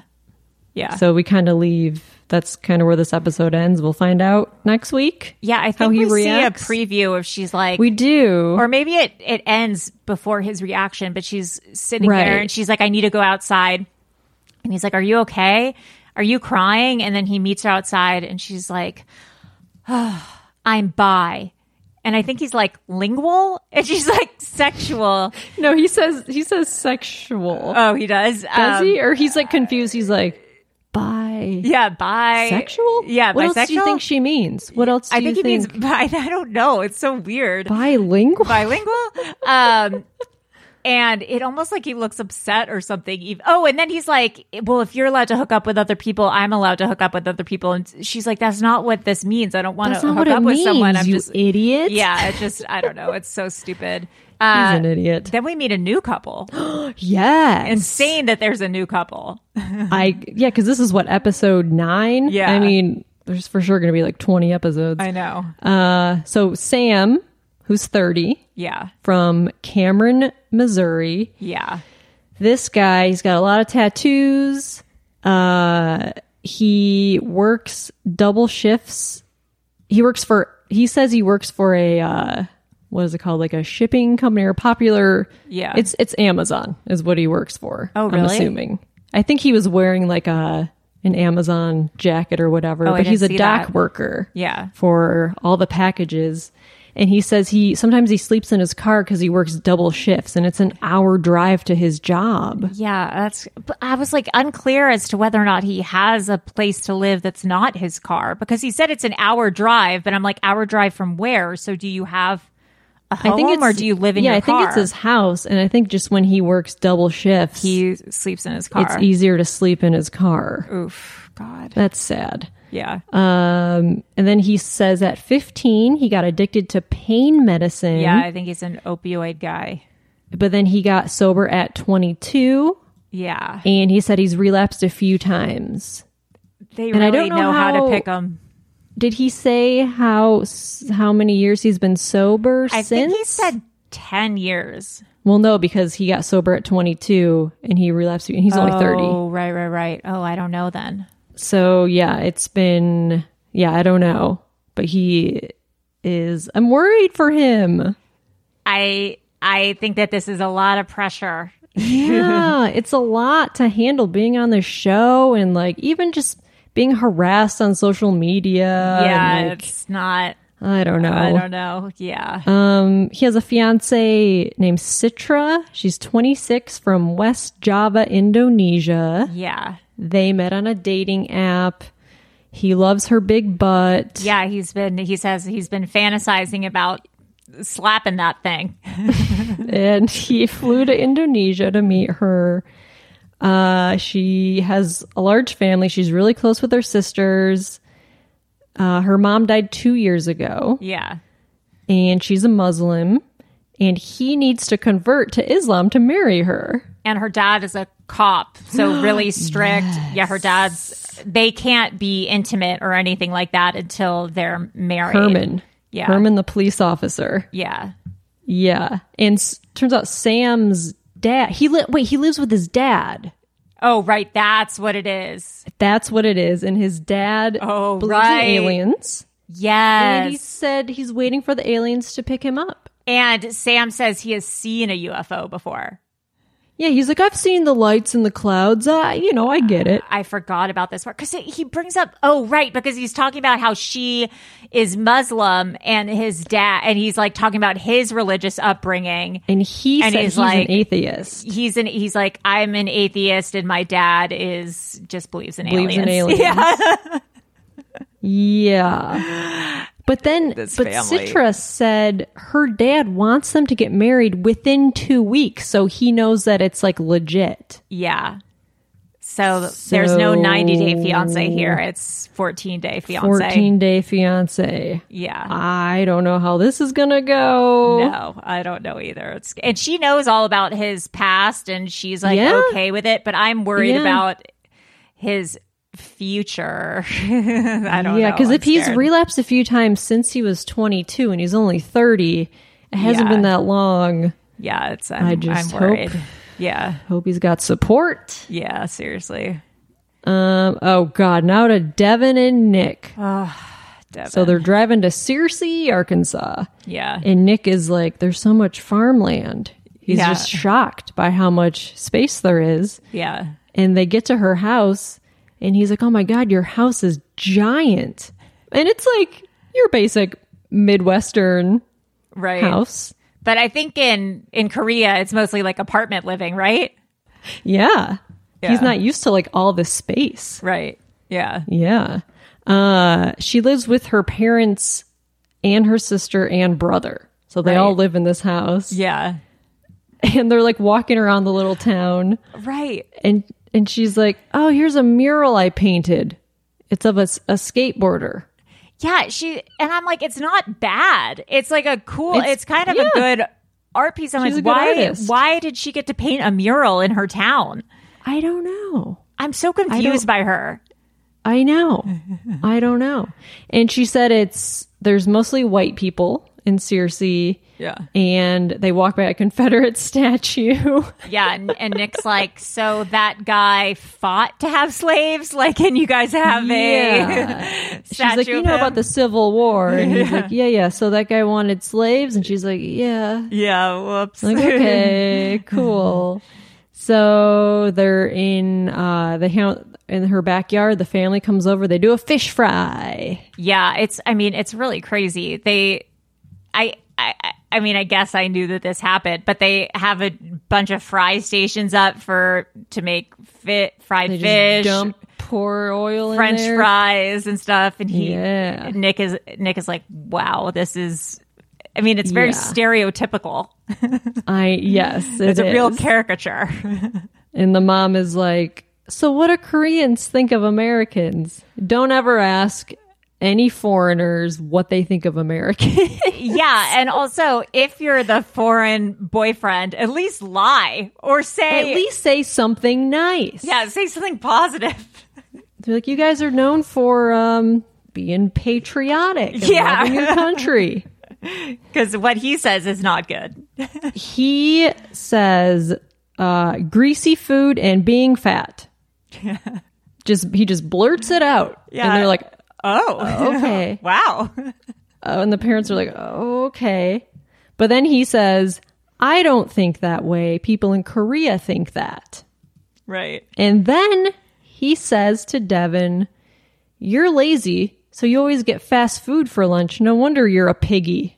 Yeah. So we kind of leave. That's kind of where this episode ends. We'll find out next week. yeah, I how think he we reacts. see a preview of she's like We do. or maybe it it ends before his reaction, but she's sitting there Right. and she's like, I need to go outside. And he's like, Are you okay? Are you crying? And then he meets her outside and she's like, "Ah, I'm bi. And I think he's like lingual and she's like sexual. no, he says he says sexual. Oh, he does. Does Um, he? Or he's like confused. He's like, bi. Yeah, bi. Sexual? Yeah, What else do you bisexual? think she means? What else do I think you he think? means bi. I don't know. It's so weird. bilingual. bilingual. Um, and it almost like he looks upset or something. Ev- Oh, and then he's like, "Well, if you're allowed to hook up with other people, I'm allowed to hook up with other people." And she's like, "That's not what this means. I don't want That's to not hook what up it with means. someone. I'm you just idiot. yeah. It's just I don't know. It's so stupid." he's Uh, an idiot. Then we meet a new couple. Yeah, Insane that there's a new couple. I yeah, because this is what episode nine. Yeah. I mean, there's for sure going to be like 20 episodes. I know. Uh, so Sam, who's 30, Yeah. from Cameron, Missouri. Yeah. This guy, he's got a lot of tattoos. Uh, he works double shifts. He works for. He says he works for a. Uh, what is it called? Like a shipping company or popular? Yeah. it's it's Amazon is what he works for. Oh, I'm really? assuming. I think he was wearing like a an Amazon jacket or whatever. Oh, I but he's a didn't see dock that. worker Yeah. for all the packages. And he says he sometimes he sleeps in his car because he works double shifts and it's an hour drive to his job. Yeah, that's. But I was like unclear as to whether or not he has a place to live that's not his car because he said it's an hour drive, but I'm like hour drive from where? So do you have a home or do you live in yeah, your I think car? it's his house. And I think just when he works double shifts, he sleeps in his car. it's easier to sleep in his car. Oof, God. That's sad. Yeah. Um, and then he says at 15, he got addicted to pain medicine. yeah, I think he's an opioid guy. But then he got sober at 22. Yeah. And he said he's relapsed a few times. They and really I don't know how, how- to pick him. Did he say how s- how many years he's been sober I since? think he said 10 years. Well, no, because he got sober at 22 and he relapsed, and he's only 30. Oh, right, right, right. Oh, I don't know then. So, yeah, it's been, yeah, I don't know. But he is, I'm worried for him. I I think that this is a lot of pressure. Yeah, it's a lot to handle being on the show and like even just being harassed on social media. yeah, and, like, it's not. I don't know. I don't know. Yeah. Um, he has a fiance named Citra. She's 26 from West Java, Indonesia. yeah. They met on a dating app. He loves her big butt. Yeah. He's been, he says he's been fantasizing about slapping that thing. And he flew to Indonesia to meet her. Uh, she has a large family. She's really close with her sisters. Uh, her mom died two years ago, Yeah. and she's a Muslim. And he needs to convert to Islam to marry her. And her dad is a cop. So really strict. Yeah. Her dad's, they can't be intimate or anything like that until they're married. Herman. Yeah. Herman, the police officer. Yeah. Yeah. And s- turns out Sam's dad, he li- wait, he lives with his dad. Oh, right. That's what it is. That's what it is. And his dad Oh, believes right. in aliens. And he Yes. said he's waiting for the aliens to pick him up. And Sam says he has seen a UFO before. Yeah, he's like, I've seen the lights in the clouds. I, you know, I get it. I forgot about this part because he brings up, oh, right, because he's talking about how she is Muslim and his dad, and he's like talking about his religious upbringing. And he And said he's he's, like- an atheist. He's an, he's like, I'm an atheist, and my dad is just believes in Believes in aliens. aliens. Yeah. Yeah. But then, but Citra said her dad wants them to get married within two weeks. So he knows that it's like legit. yeah. So, there's no So- 90 day fiance here. It's 14 day fiance. 14 day fiance. Yeah. I don't know how this is going to go. No, I don't know either. It's, and she knows all about his past and she's like Yeah. okay with it, but I'm worried Yeah. about his future. I don't yeah, know. because I'm if he's scared. relapsed a few times since he was 22 and he's only 30, it hasn't Yeah. been that long. yeah, it's I'm, I just I'm worried. hope- Yeah. Hope he's got support. Yeah, seriously. Um, oh God, now to Devin and Nick. Devin. So eh, they're driving to Searcy, Arkansas. yeah. And Nick is like, there's so much farmland. He's Yeah. just shocked by how much space there is. yeah. And they get to her house and he's like, oh my God, your house is giant. And it's like your basic Midwestern Right. house. But I think in in Korea it's mostly like apartment living, right? Yeah. Yeah. He's not used to like all this space. Right. Yeah. Yeah. Uh, she lives with her parents and her sister and brother. So they all Right. live in this house. Yeah. And they're like walking around the little town. Right. and and she's like, "Oh, here's a mural I painted. It's of a, s- a skateboarder." Yeah, she and I'm like, it's not bad. It's like a cool. It's, It's- kind of yeah. a good art piece. I'm She's a like, good why? artist. Why did she get to paint a mural in her town? I don't know. I'm so confused by her. I know. I don't know. And she said it's there's mostly white people in Searcy. Yeah. And they walk by a Confederate statue. Yeah, and, and Nick's like, so that guy fought to have slaves, like, and you guys have a she's like, statue you of know him?" about the Civil War, and he's like, yeah, yeah. So that guy wanted slaves, and she's like, yeah. Yeah, whoops. Like, okay, cool. So they're in uh, the house in her backyard. The family comes over. They do a fish fry. Yeah, it's. I mean, it's really crazy. They, I, I, I- I mean, I guess I knew that this happened, but they have a bunch of fry stations up for to make fit fried They just fish, dump pour oil French in there. fries, and stuff. And he, Yeah. Nick is Nick is like, wow, this is. I mean, it's very Yeah. stereotypical. I yes, It's it a real is. caricature. and the mom is like, so what do Koreans think of Americans? Don't ever ask any foreigners what they think of Americans. yeah, and also if you're the foreign boyfriend, at least lie or At say least say something nice. yeah, say something positive. They're like, you guys are known for um, being patriotic, and Yeah. loving your country. because what he says is not good. he says uh, greasy food and being fat. just he just blurts it out, Yeah. and they're like, Oh, okay. wow. Oh, and the parents are like, okay. But then he says, I don't think that way. People in Korea think that. Right. And then he says to Devin, "You're lazy, so you always get fast food for lunch. No wonder you're a piggy."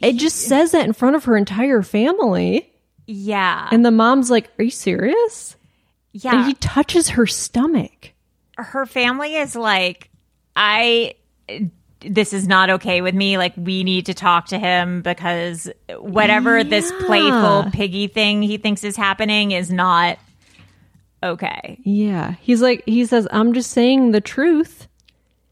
It just says that in front of her entire family. Yeah. And the mom's like, Are you serious? And yeah. he touches her stomach. Her family is like, I, this is not okay with me. Like, we need to talk to him because whatever this playful piggy thing he thinks is happening is not okay. Yeah. He's like, He says, I'm just saying the truth.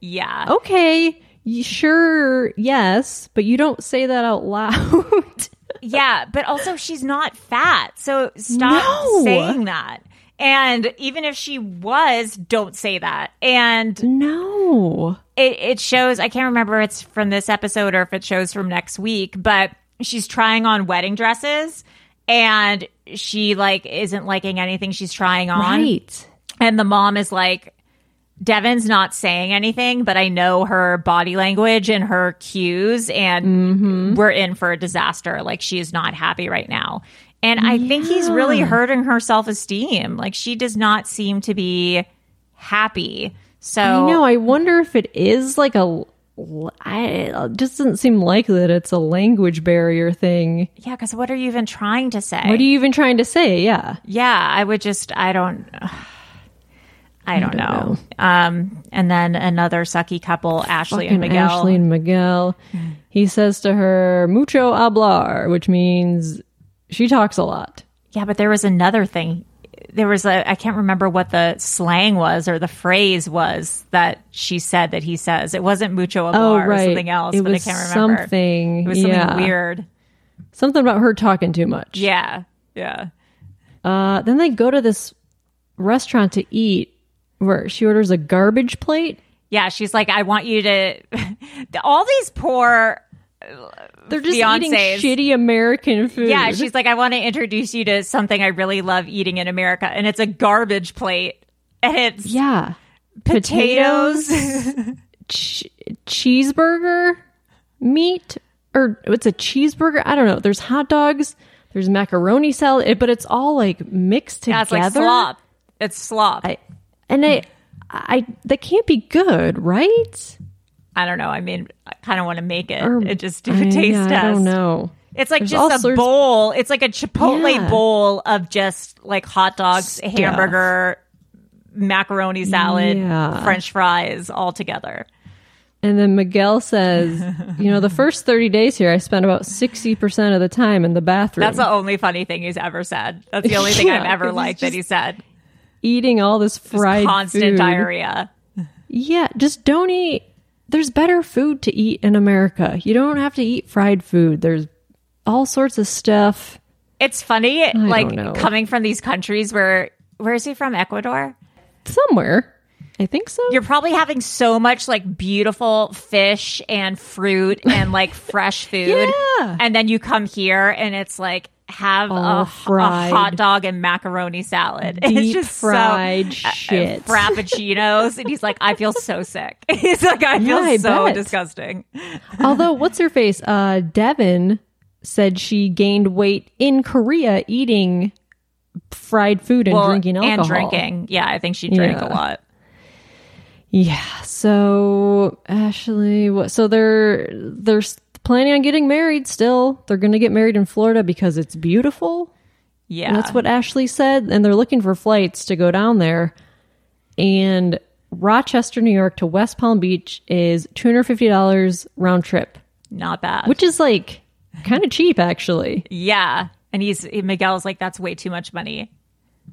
Yeah. Okay. y- Sure. Yes. But you don't say that out loud. Yeah, but also she's not fat. So stop No. saying that. And even if she was, don't say that. And no. it, it shows i can't remember if it's from this episode or if it shows from next week but she's trying on wedding dresses and she like isn't liking anything she's trying on Right. and the mom is like devin's not saying anything but i know her body language and her cues and Mm-hmm. we're in for a disaster like she is not happy right now and i think he's really hurting her self-esteem like she does not seem to be happy so I know. I wonder if it is like a. l- I, it just doesn't seem likely that it's a language barrier thing. Yeah, because what are you even trying to say? What are you even trying to say? Yeah. yeah, I would just, I don't, I don't, know. Um, and then another sucky couple, Ashley and Fucking Miguel. Ashley and Miguel. He says to her, mucho hablar, which means she talks a lot. Yeah, but there was another thing. There was a, I can't remember what the slang was or the phrase was that she said that he says. It wasn't mucho Oh, amor or right. something else, It but I was can't remember. something- It was something yeah. weird. Something about her talking too much. Yeah. Yeah. Uh, then they go to this restaurant to eat where she orders a garbage plate. Yeah. She's like, I want you to, all these poor They're just Fiancés. eating shitty American food. Yeah, she's like, I want to introduce you to something I really love eating in America, and it's a garbage plate. and it's Yeah. potatoes. Ch- cheeseburger meat or it's a cheeseburger. I don't know. There's hot dogs. There's macaroni salad, it- but it's all like mixed together. Yeah, it's like slop. It's slop. I, And I, I that can't be good, right? don't know. I mean, I kind of want to make it. Or- it just I- a taste yeah, test. I don't know. It's like There's just all a sorts- bowl. It's like a Chipotle Yeah. bowl of just like hot dogs, hamburger, macaroni salad, Yeah. French fries all together. And then Miguel says, you know, the first 30 days here, I spent about 60% of the time in the bathroom That's the only funny thing he's ever said. That's the only thing Yeah, I've ever 'cause he's liked that just he said. eating all this fried Constant food. diarrhea. Yeah, just don't eat. There's better food to eat in America. You don't have to eat fried food. There's all sorts of stuff. It's funny, don't know. like coming from these countries where where is he from? Ecuador? Somewhere. I think so. You're probably having so much like beautiful fish and fruit and like fresh food. Yeah. And then you come here and it's like have All a, a fried. hot dog and macaroni salad. it's Deep just fried so, shit. Uh, frappuccinos. and he's like, I feel so sick. He's like, I feel Yeah, I so bet. disgusting. Although, what's her face? Uh, Devin said she gained weight in Korea eating fried food and Well, drinking alcohol. and drinking. Yeah, I think she drank Yeah. a lot. Yeah. So Ashley, what? So they're they're s- planning on getting married. Still, they're going to get married in Florida because it's beautiful. Yeah. And that's what Ashley said. And they're looking for flights to go down there. And Rochester, New York to West Palm Beach is two hundred fifty dollars round trip, not bad. which is like kind of cheap, actually. yeah. And he's Miguel's like, that's way too much money.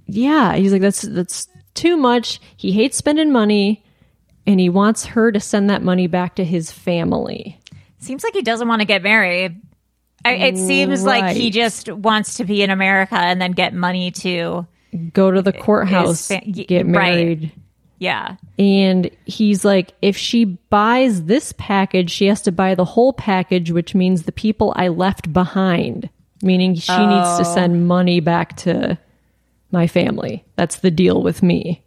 Yeah, he's like that's that's too much. He hates spending money, and he wants her to send that money back to his family. Seems like he doesn't want to get married. I, it seems like he Right. just wants to be in America and then get money to, go to the courthouse, fa- y- get right. married. yeah, And he's like, if she buys this package, she has to buy the whole package, which means the people I left behind, meaning she needs to send money back to my family. That's the deal with me.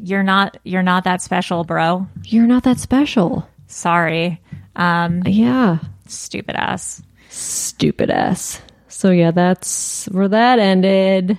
you're not you're not that special, bro. You're not that special. Sorry, um, Yeah. stupid ass. Stupid ass. So, yeah, that's where that ended.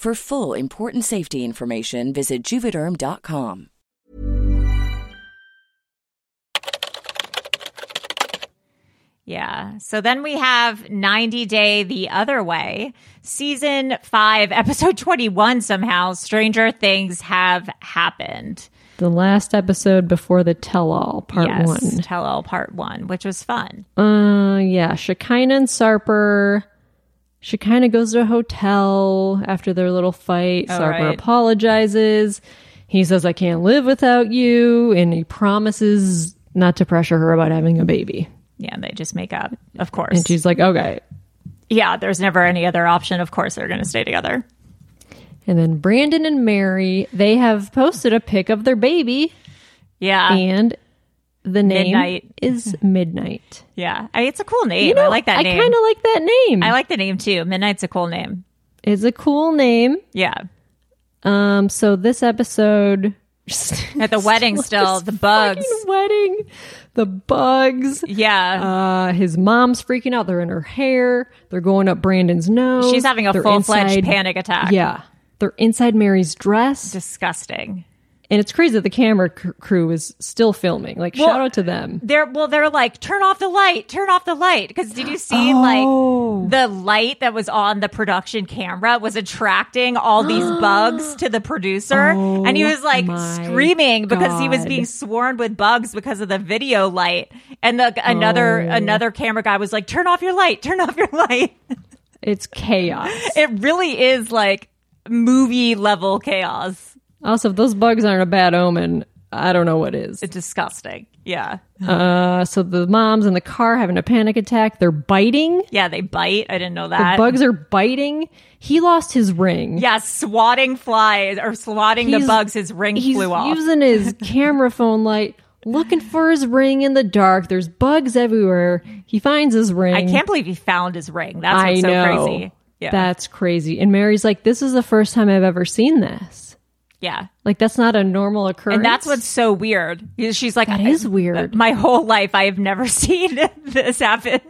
For full important safety information, visit juvederm.com. Yeah. So then we have 90 Day the Other Way, season five, episode 21. Somehow, stranger things have happened. The last episode before the tell all, part yes, one. tell all part one, which was fun. Uh, yeah, Shekinah and Sarper. Shekinah goes to a hotel after their little fight. Oh, Sarper right. apologizes. He says, "I can't live without you," and he promises not to pressure her about having a baby. Yeah, and they just make up, of And course. she's like, okay. yeah, there's never any other option. Of course, they're going to stay together. And then Brandon and Mary, they have posted a pic of their baby, Yeah, and the name Uh, Midnight. is Midnight. yeah. I, it's a cool name. You know, I like that I name. kind of like that name. I like the name too. Midnight's a cool name. it's a cool name. Yeah. Um, so this episode At the wedding, still the bugs. fucking wedding, the bugs. Yeah. Uh, his mom's freaking out. They're in her hair. They're going up Brandon's nose. She's having a They're full fledged inside- panic attack. Yeah, they're inside Mary's dress, Disgusting. and it's crazy that the camera cr- crew is still filming. Like, Well, shout out to them. They're well, they're like, turn off the light, turn off the light. Because did you see Oh. like the light that was on the production camera was attracting all these bugs to the producer, and he was like Oh my screaming because he was God. being swarmed with bugs because of the video light. And the another Oh. another camera guy was like, turn off your light, turn off your light. It's chaos. It really is like movie level chaos. also, if those bugs aren't a bad omen, I don't know what is. It's disgusting. Yeah, Uh, so the mom's in the car having a panic attack. They're biting. yeah, they bite. I didn't know The that. bugs are biting. He lost his ring. Yeah, swatting flies or swatting the He's- bugs. His ring he's flew off. using his camera phone light, looking for his ring in the dark. There's bugs everywhere. He finds his ring. I can't believe he found his ring. That's I what's so know. crazy. Yeah, That's crazy. And Mary's like, "This is the first time I've ever seen this. yeah. Like, that's not a normal occurrence." And that's what's so weird. She's like, That is weird. My whole life, I have never seen this happen.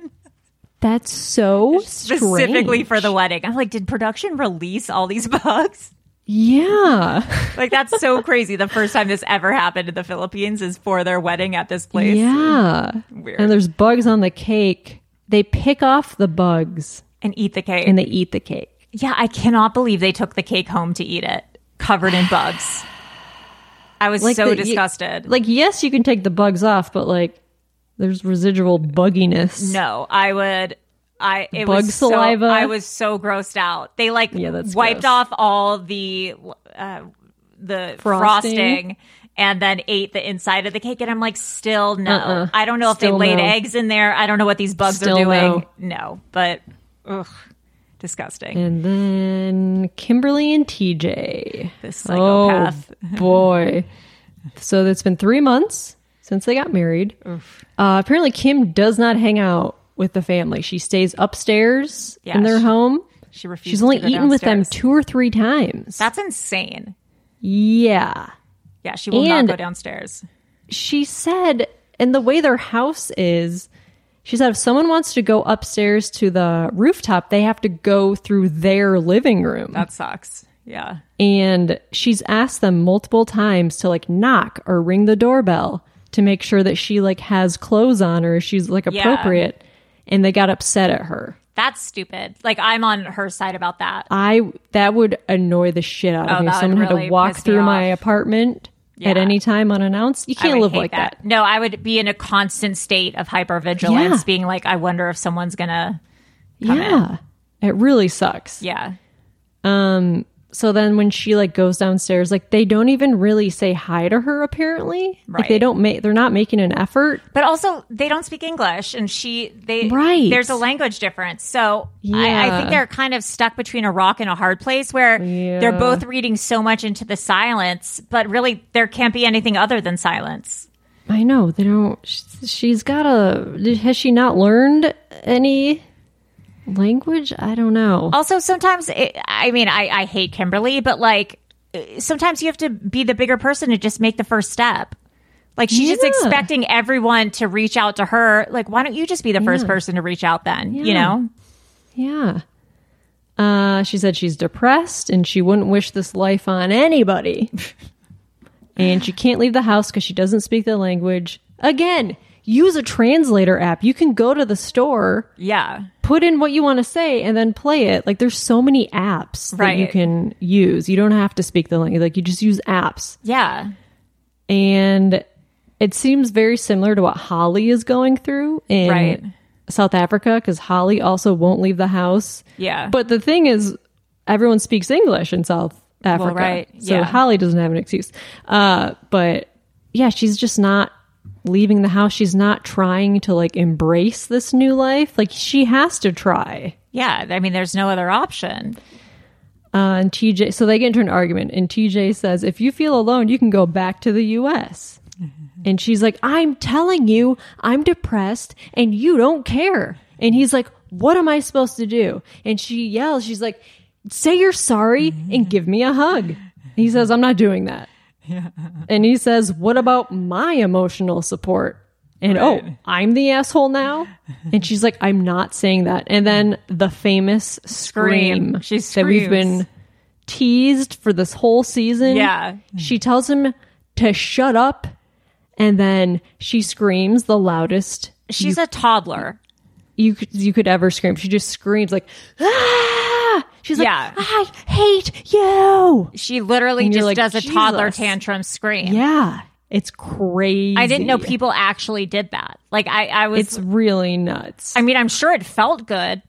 That's so Specifically for strange. the wedding. I'm like, did production release all these bugs? yeah, Like, that's so crazy. The first time this ever happened in the Philippines is for their wedding at this place. yeah. Weird. And there's bugs on the cake. They pick off the bugs And eat the cake. and they eat the cake. Yeah, I cannot believe they took the cake home to eat it, covered in bugs. I was so the- you- disgusted. like, yes, you can take the bugs off, but like, there's residual bugginess. no, I would. I it Bug was so- saliva? I was so grossed out. They like Yeah, that's wiped gross. off all the uh, the frosting. Frosting. and then ate the inside of the cake. And I'm like, still no. Uh-uh. I don't know Still if they laid no. eggs in there. I don't know what these bugs Still are doing. no. No, but ugh, disgusting. And then Kimberly and TJ. This psychopath. Oh, boy. So that's been three months since they got married. Uh, apparently, Kim does not hang out with the family. She stays upstairs Yeah, in their she- home. she refuses. She's only to go eaten with them downstairs. two or three times. That's insane. yeah. Yeah, she will And- not go downstairs. she said, and the way their house is, she said if someone wants to go upstairs to the rooftop, they have to go through their living room. That sucks. Yeah. And she's asked them multiple times to like knock or ring the doorbell to make sure that she like has clothes on or she's like Yeah. appropriate. And they got upset at her. That's stupid. Like I'm on her side about that. I that would annoy the shit out of Oh, me. If that would someone had really to walk piss me through my off. apartment at Yeah. any time unannounced. You I can't would live hate like that. No, I would be in a constant state of hypervigilance, Yeah. being like, I wonder if someone's gonna Yeah. It really sucks. Yeah. Um, so then when she like goes downstairs, like they don't even really say hi to her apparently. Like they Right. don't make they're not making an effort. But also they don't speak English and she they Right. there's a language difference. So I, I Yeah. think they're kind of stuck between a rock and a hard place where they're both reading so much into the silence, but really there can't be anything other than silence. I know, they don't sh- she's got a has she not learned any language? I don't know. Also, sometimes it, I mean, I, I hate Kimberly, but like uh, sometimes you have to be the bigger person to just make the first step. Like she's just Yeah. expecting everyone to reach out to her. Like, why don't you just be the first person to reach out then? You Yeah. know? Yeah. Uh, she said she's depressed and she wouldn't wish this life on anybody. and she can't leave the house because she doesn't speak the language. Again, use a translator app. You can go to the store Yeah. put in what you want to say and then play it. Like there's so many apps that you Right. can use. You don't have to speak the language. Like you just use apps. Yeah. And it seems very similar to what Holly is going through in Right. South Africa because Holly also won't leave the house. Yeah. But the thing is, everyone speaks English in South Africa. right. So Yeah. Holly doesn't have an excuse. Uh, but yeah, she's just not leaving the house. She's not trying to like embrace this new life. Like she has to try. Yeah, I mean, there's no other option. Uh, and TJ, so they get into an argument, and TJ says, If you feel alone, you can go back to the US. Mm-hmm. And she's like, I'm telling you, I'm depressed, and you don't care. And he's like, What am I supposed to do? And she yells, She's like, Say you're sorry Mm-hmm. and give me a hug. He says, I'm not doing that. And he says, What about my emotional support? And oh, I'm the asshole now? And she's like, I'm not saying that. And then the famous Scream. scream, She that we've screams. been teased for this whole season. Yeah. She tells him to shut up and then she screams the loudest She's a toddler. you could- you could ever scream. She just screams like ah! She's like Yeah. I hate you. She literally And you're just like, does a toddler "Jesus." tantrum scream. Yeah. It's crazy. I didn't know people actually did that. Like I, I was. It's really nuts. I mean, I'm sure it felt good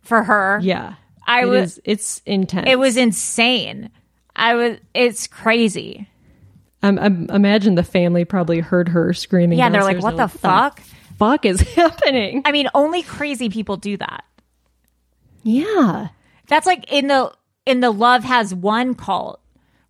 for her. yeah. I It was- is- it's intense. It was insane. I was. It's crazy. um, um, imagine the family probably heard her screaming. Yeah, they're like, downstairs. "What the fuck?" fuck is happening?" I mean, only crazy people do that. Yeah. That's like in the in the Love Has One cult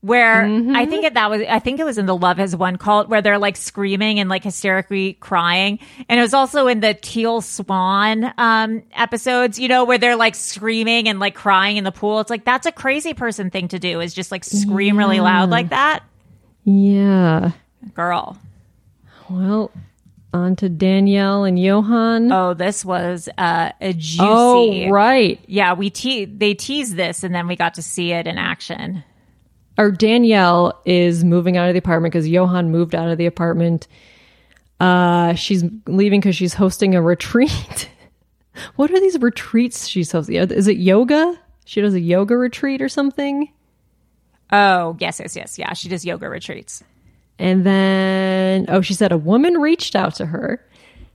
where I think it, that was I think it was in the Love Has One cult where they're like screaming and like hysterically crying, and it was also in the Teal Swan um, episodes, you know, where they're like screaming and like crying in the pool. It's like that's a crazy person thing to do is just like scream really loud like that, Yeah. girl. Well, on to Danielle and Johan. Oh, this was uh, a juicy. oh, right. Yeah, we te- they teased this, and then we got to see it in action. Or Danielle is moving out of the apartment because Johan moved out of the apartment. Uh, she's leaving because she's hosting a retreat. what are these retreats she's hosting? Is it yoga? She does a yoga retreat or something. Oh, yes, yes, yes. Yeah, she does yoga retreats. And then, oh, she said a woman reached out to her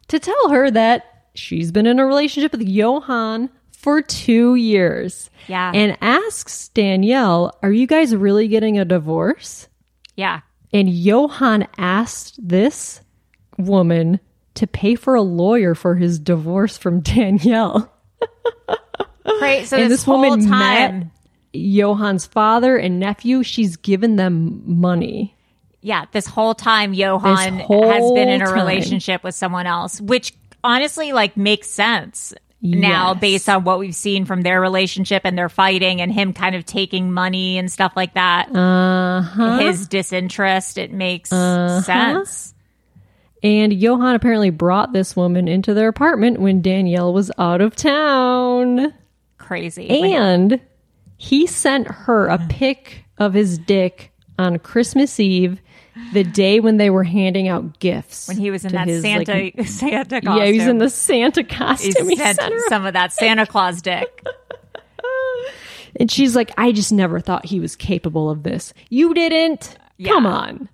to tell her that she's been in a relationship with Johan for two years. Yeah. And asks Danielle, Are you guys really getting a divorce? Yeah. And Johan asked this woman to pay for a lawyer for his divorce from Danielle. Great. So and this, this, woman whole time, met Johan's father and nephew. She's given them money. yeah, this whole time Johan whole has been in a time. relationship with someone else, which honestly like makes sense now Yes. based on what we've seen from their relationship and their fighting and him kind of taking money and stuff like that. Uh-huh. His disinterest, it makes sense. And Johan apparently brought this woman into their apartment when Danielle was out of town. Crazy. Like, And he sent her a pic of his dick on Christmas Eve, the day when they were handing out gifts. when he was in to that his, like, Santa Santa costume. Yeah, he was in the Santa costume. he He sent sent her some of that Santa Claus dick. And she's like, I just never thought he was capable of this. You didn't. Come on.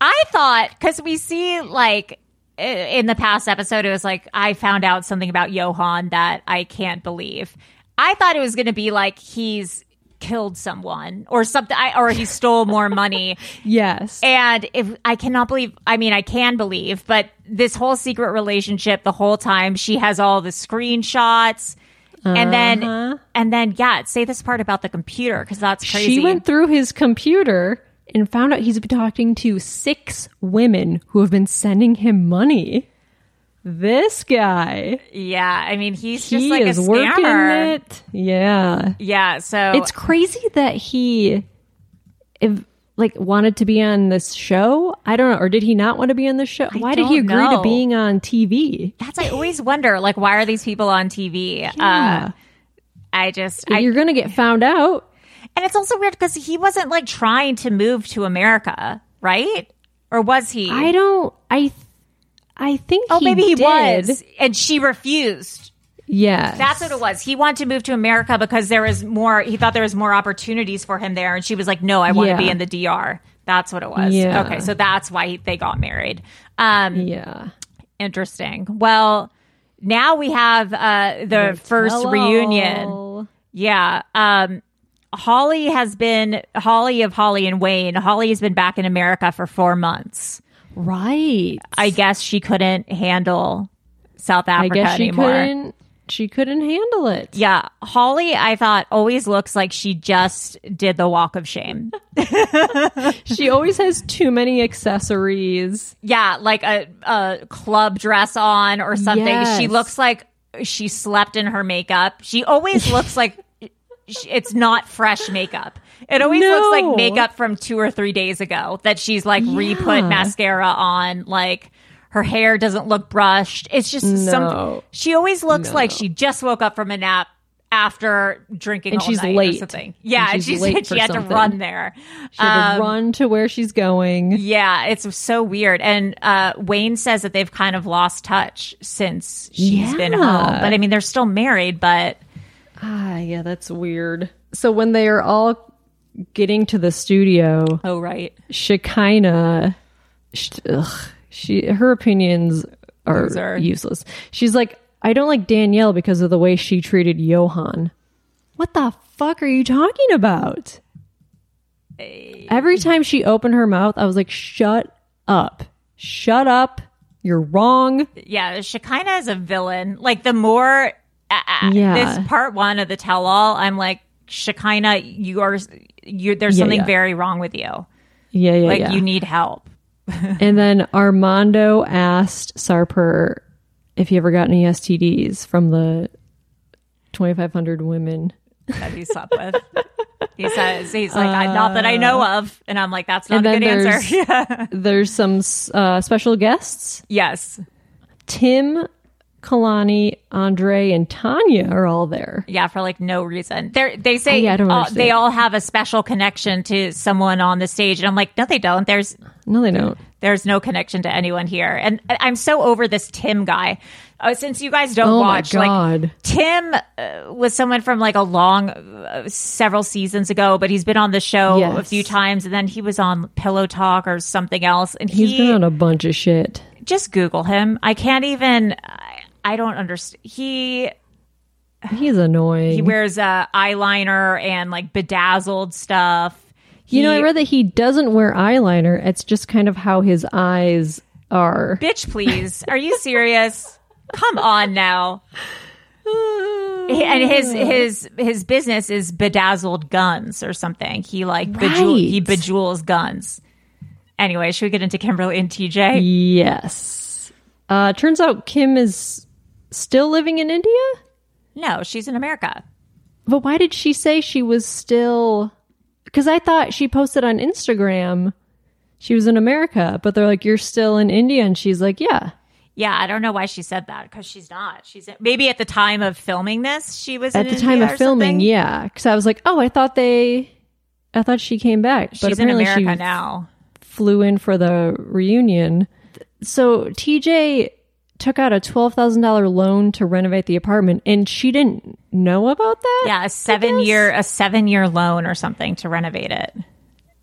I thought because we see like i- in the past episode, it was like I found out something about Johan that I can't believe. I thought it was going to be like he's killed someone or something, I, or he stole more money. Yes. And if I cannot believe, I mean, I can believe, but this whole secret relationship, the whole time she has all the screenshots. And Uh-huh. then, and then, yeah, say this part about the computer because that's crazy. She went through his computer and found out he's been talking to six women who have been sending him money. This guy, yeah, I mean, he's just he like is a working scammer. Oh. it. Yeah. Yeah, so It's crazy that he if, like wanted to be on this show. I don't know. Or did he not want to be on this show? Why did he don't agree know. Uh, to being on TV? that's I always wonder like why are these people on TV? Uh I just I, You're going to get found out. and it's also weird cuz he wasn't like trying to move to America, right? Or was he? I don't. I. th- I think. oh, maybe he did. was and she refused. Yeah. That's what it was. He wanted to move to America because there was more he thought there was more opportunities for him there and she was like, "No, I want Yeah. to be in the DR." That's what it was. Yeah. Okay, so that's why he, they got married. Um Yeah. Interesting. Well, now we have uh, the first Hello. reunion. Yeah. Um, Holly has been Holly of Holly and Wayne. Holly has been back in America for four months. Right. I guess she couldn't handle South I Africa guess she anymore. couldn't. She couldn't handle it. Yeah, Holly, I thought always looks like she just did the walk of shame. She always has too many accessories. Yeah, like a, a club dress on or something. She Yes. looks like she slept in her makeup. She always looks like sh- it's not fresh makeup. It always looks No. like makeup from two or three days ago that she's like re put Yeah. mascara on. Like her hair doesn't look brushed. It's just some. No. She always looks like she just woke up from a nap after drinking And all she's night or late. something. Yeah, and And she's she's, late she for had to something. run there. She had Um, to run to where she's going. yeah, it's so weird. And uh, Wayne says that they've kind of lost touch since she's been Yeah. home. But I mean, they're still married, but Ah, yeah, that's weird. So when they are all getting to the studio, oh, right. Shekinah, sh ugh, she her opinions are Loser. useless. She's like, I don't like Danielle because of the way she treated Johan. What the fuck are you talking about? Every time she opened her mouth, I was like, shut up, shut up. You're wrong. Yeah, Shekinah is a villain. Like the more uh, uh, Yeah. this part one of the tell all, I'm like Shekinah, you are you. There's Yeah, something yeah. very wrong with you. Yeah, yeah, Like yeah. you need help. and then Armando asked Sarper if he ever got any STDs from the 2,500 women. That he slept with. He says he's like I not that I know of, and I'm like that's not a Uh. and good then answer. Yeah. There's some uh, special guests. yes. Tim, Kalani, Andre, and Tanya are all there. Yeah, for like no reason. They they say Oh, yeah, I don't all- understand. they all have a special connection to someone on the stage, and I'm like, no, they don't. There's No, they don't. there's no connection to anyone here, and I- I'm so over this Tim guy. Uh, since you guys don't Oh my watch, God. like Tim uh, was someone from like a long, uh, several seasons ago, but he's been on the show a Yes. few times, and then he was on Pillow Talk or something else, and He's he been on a bunch of shit. just Google him. I can't even. I, I don't understand. He He's annoying. He wears uh, eyeliner and like bedazzled stuff. you know, He- I read that he doesn't wear eyeliner. It's just kind of how his eyes are. Bitch, please. Are you serious? Come on now. He- And his his his business is bedazzled guns or something. He like bejewel, he Right. bejewels guns. Anyway, should we get into Kimberly and TJ? Yes. Uh, turns out Kim is still living in India. No, she's in America. But why did she say she was still? Because I thought she posted on Instagram she was in America, but they're like, you're still in India. And she's like, yeah. Yeah, I don't know why she said that because she's not. She's maybe at the time of filming this, she was at in the time India of or filming, something. yeah. Because I was like, oh, I thought they, I thought she came back, but she's in apparently America she now. flew in for the reunion. So TJ took out a twelve thousand dollar loan to renovate the apartment, and she didn't know about that. Yeah, a seven year a seven year loan or something to renovate it.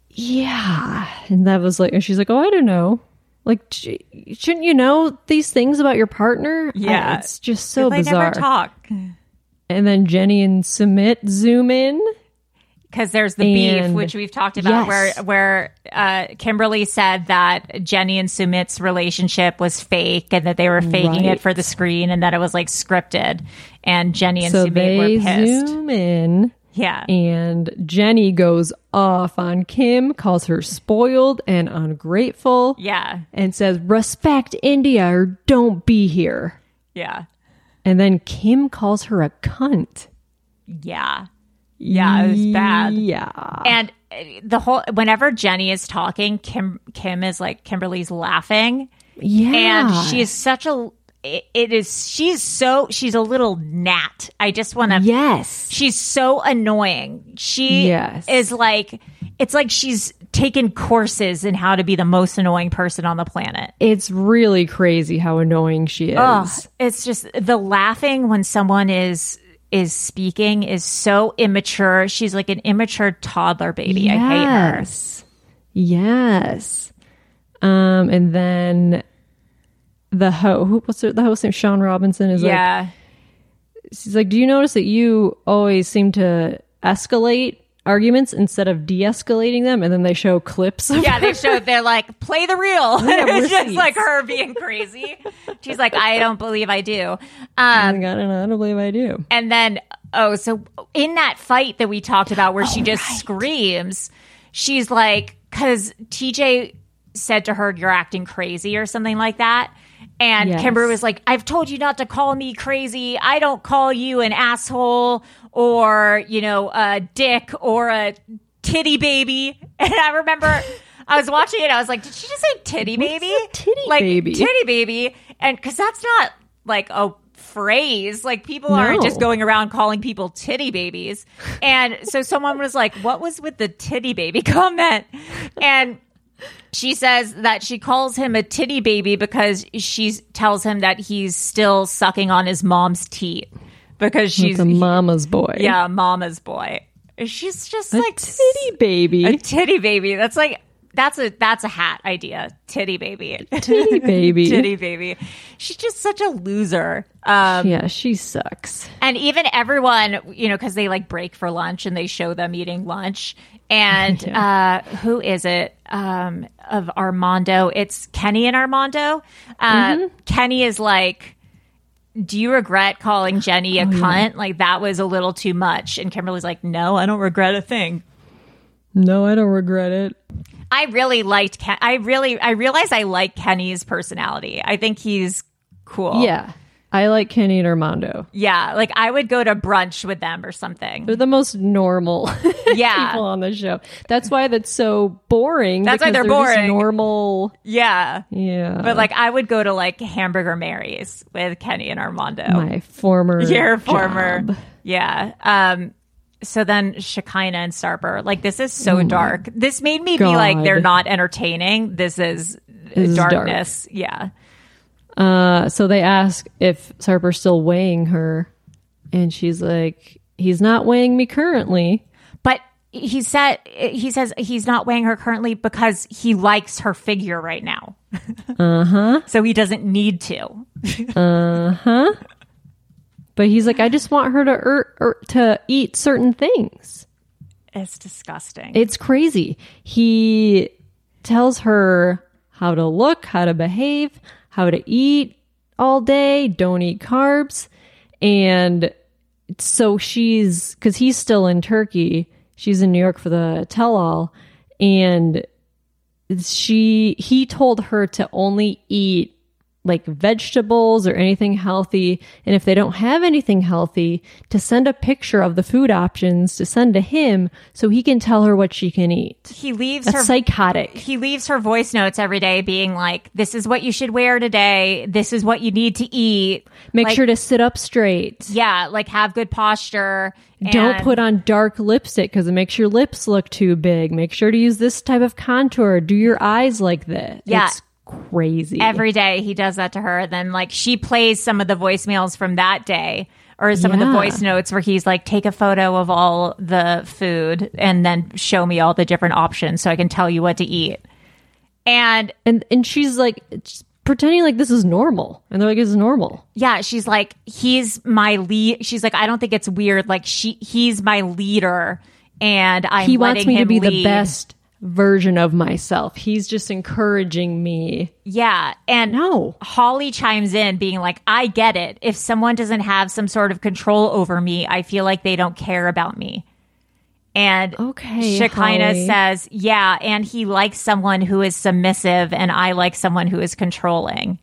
Yeah, and that was like, and she's like, oh, I don't know. Like, sh- shouldn't you know these things about your partner? I- Yeah. it's just so they bizarre. never talk And then Jenny and Submit zoom in. because there's the beef And- which we've talked about Yes. where where uh, Kimberly said that Jenny and Sumit's relationship was fake and that they were faking it Right. for the screen and that it was like scripted and Jenny and so Sumit they were pissed. zoom in. Yeah. And Jenny goes off on Kim, calls her spoiled and ungrateful, yeah. and says, Respect India or don't be here. Yeah. And then Kim calls her a cunt. Yeah. Yeah, it was bad. Yeah. And uh, the whole whenever Jenny is talking, Kim Kim is like Kimberly's laughing Yeah. and she is such a it it is she's so she's a little gnat. I just want to Yes. She's so annoying. She Yes. is like, it's like she's taken courses in how to be the most annoying person on the planet. It's really crazy how annoying she is. Ugh, it's just the laughing when someone is is speaking is so immature. She's like an immature toddler baby. I hate her. Yes. Yes. Um, and then the ho who what's her, the host name? Sean Robinson is like yeah. she's like, Do you notice that you always seem to escalate arguments instead of de-escalating them, and then they show clips. Of Yeah, they showed they're like, play the real. it's just receipts. like her being crazy. She's like, I don't believe I do. I Um, don't know. I don't believe I do. and then, oh, so in that fight that we talked about where Oh, she just screams, she's like, because TJ said to her, You're acting crazy or something like that. And Yes. Kimber was like, I've told you not to call me crazy. I don't call you an asshole or, you know, a dick or a titty baby. And I remember I was watching it. I was like, did she just say titty baby? titty like, baby? Titty baby. And because that's not like a phrase. Like people aren't No. just going around calling people titty babies. And so someone was like, what was with the titty baby comment? And she says that she calls him a titty baby because she tells him that he's still sucking on his mom's teeth because she's It's a mama's boy. yeah, mama's boy. She's just a like titty baby. a titty baby. That's like that's a that's a hat idea. Titty baby. titty baby. titty baby. She's just such a loser. Um Yeah, she sucks. and even everyone, you know, cuz they like break for lunch and they show them eating lunch and uh who is it? Um of Armando. It's Kenny and Armando. Uh Mm-hmm. Kenny is like do you regret calling Jenny Oh, a cunt? Like that was a little too much. And Kimberly's like, "No, I don't regret a thing." No, I don't regret it. I really liked Ken. I really, I realized I like Kenny's personality. I think he's cool. Yeah. I like Kenny and Armando. Yeah. Like I would go to brunch with them or something. They're the most normal people Yeah. on the show. That's why that's so boring. That's why because they're just boring. normal. yeah. Yeah. But like I would go to like Hamburger Mary's with Kenny and Armando. my former oh, Your former. job. Yeah. Um, so then Shekinah and Starper, like this is so dark. This made me be like, God. they're not entertaining. This is is dark. darkness. Yeah. Uh, so they ask if Sarper's still weighing her, and she's like, "He's not weighing me currently." But he said he says he's not weighing her currently because he likes her figure right now. Uh-huh. so he doesn't need to. But he's like, "I just want her to er- er- to eat certain things." It's disgusting. It's crazy. He tells her how to look, how to behave, how to eat all day, don't eat carbs. And so she's, because he's still in Turkey, she's in New York for the tell all. And she, he told her to only eat like vegetables or anything healthy. And if they don't have anything healthy, to send a picture of the food options to send to him so he can tell her what she can eat. he leaves her That's psychotic. he leaves her voice notes every day being like, This is what you should wear today, this is what you need to eat. Make Like- sure to sit up straight. Yeah, like have good posture. Don't and- put on dark lipstick because it makes your lips look too big. Make sure to use this type of contour. Do your eyes like this. Yeah. It's crazy. every day he does that to her then like she plays some of the voicemails from that day or some of the Yeah. voice notes where he's like take a photo of all the food and then show me all the different options so i can tell you what to eat and and and she's like just pretending like this is normal. And they're like, it's normal. yeah she's like he's my lead she's like i don't think it's weird like she he's my leader and i'm he wants letting me to him be the lead." best version of myself. He's just encouraging me. yeah and No. Holly chimes in being like, I get it. If someone doesn't have some sort of control over me, I feel like they don't care about me. And Okay, Shekinah Holly. says, Yeah, and he likes someone who is submissive, and I like someone who is controlling.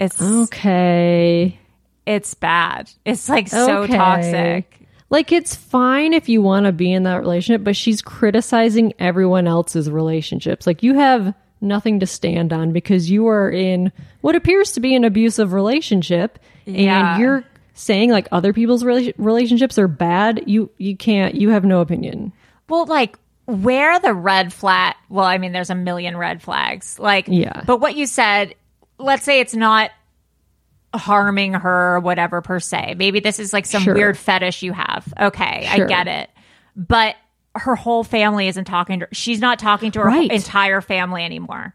It's Oh. Okay. it's bad. It's like so toxic. Like it's fine if you want to be in that relationship, but she's criticizing everyone else's relationships. Like you have nothing to stand on because you are in what appears to be an abusive relationship Yeah. and you're saying like other people's rela- relationships are bad. You you can't you have no opinion. Well, like where are the red flag? Well, I mean, there's a million red flags. Like, Yeah. But what you said, let's say it's not harming her or whatever per se. Maybe this is like some Sure. weird fetish you have. Okay, I Sure. get it. But her whole family isn't talking to her. She's not talking to her Right. entire family anymore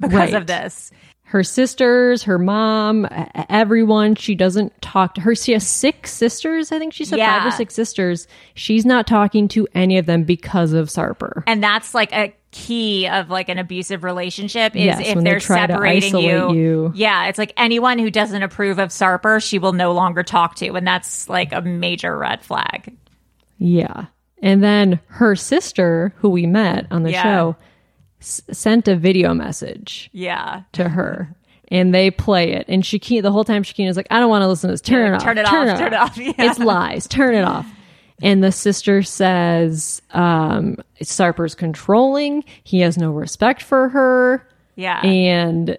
because Right. of this. her sisters, her mom, e- everyone. She doesn't talk to her. She has six sisters. I think she said Yeah. five or six sisters. She's not talking to any of them because of Sarper. and that's like a key of like an abusive relationship is Yes, if when they they're try to separating you, isolate you. yeah it's like anyone who doesn't approve of sarper she will no longer talk to and that's like a major red flag Yeah. And then her sister, who we met on the Yeah. show, s- sent a video message yeah to her. And they play it. And Shakina, the whole time, Shakina's like, I don't want to listen to this. Turn it Yeah, off. turn it off, turn it off. Yeah. It's lies. Turn it off. And the sister says, um, Sarper's controlling. He has no respect for her. yeah And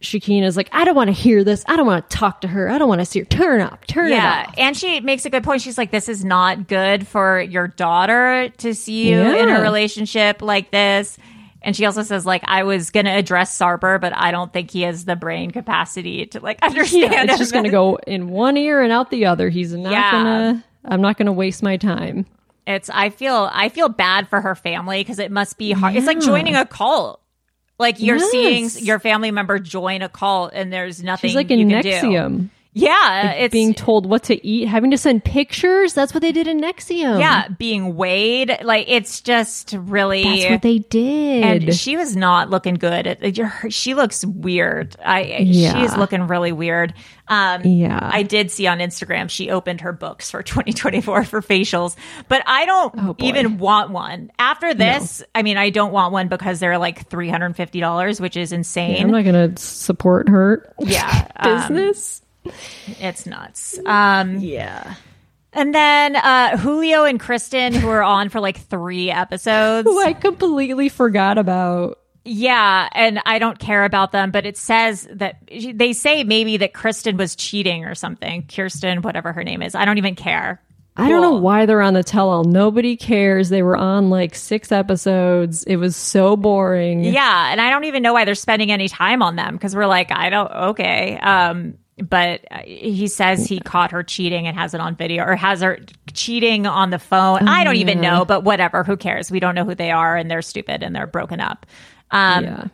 Shakina's like, I don't want to hear this. I don't want to talk to her. I don't want to see her. Turn it off. Turn it yeah off. and she makes a good point she's like this is not good for your daughter to see you in a Yeah. relationship like this and she also says like i was gonna address sarper but i don't think he has the brain capacity to like understand yeah, it's just everything." going to go in one ear and out the other. He's not Yeah. gonna. I'm not gonna waste my time. It's I feel I feel bad for her family because it must be hard. It's like joining a cult. Like you're Yes. seeing your family member join a cult, and there's nothing She's like you in can do. Nexium, Yeah, it's being told what to eat, having to send pictures. That's what they did in Nexium. yeah being weighed. Like it's just really that's what they did. and she was not looking good. It- it- She looks weird. I Yeah. she's looking really weird. Um, Yeah. I did see on Instagram she opened her books for 2024 for facials, but I don't Oh, boy. even want one after this. I mean, I don't want one because they're like 350 dollars, which is insane. I'm not gonna support her yeah, um, business. it's nuts. Um, yeah, and then uh, Julio and Kristen, who are on for like three episodes. who I completely forgot about. Yeah, and I don't care about them, but it says that they say maybe that Kristen was cheating or something. Kirsten, whatever her name is. I don't even care. I don't know why they're on the tell-all. Nobody cares. They were on like six episodes. It was so boring. Yeah, and I don't even know why they're spending any time on them because we're like, I don't, okay. Um, but uh, he says he caught her cheating and has it on video or has her cheating on the phone. I don't even Oh, know, but whatever. Who cares? We don't know who they are and they're stupid and they're broken up. Um, yeah.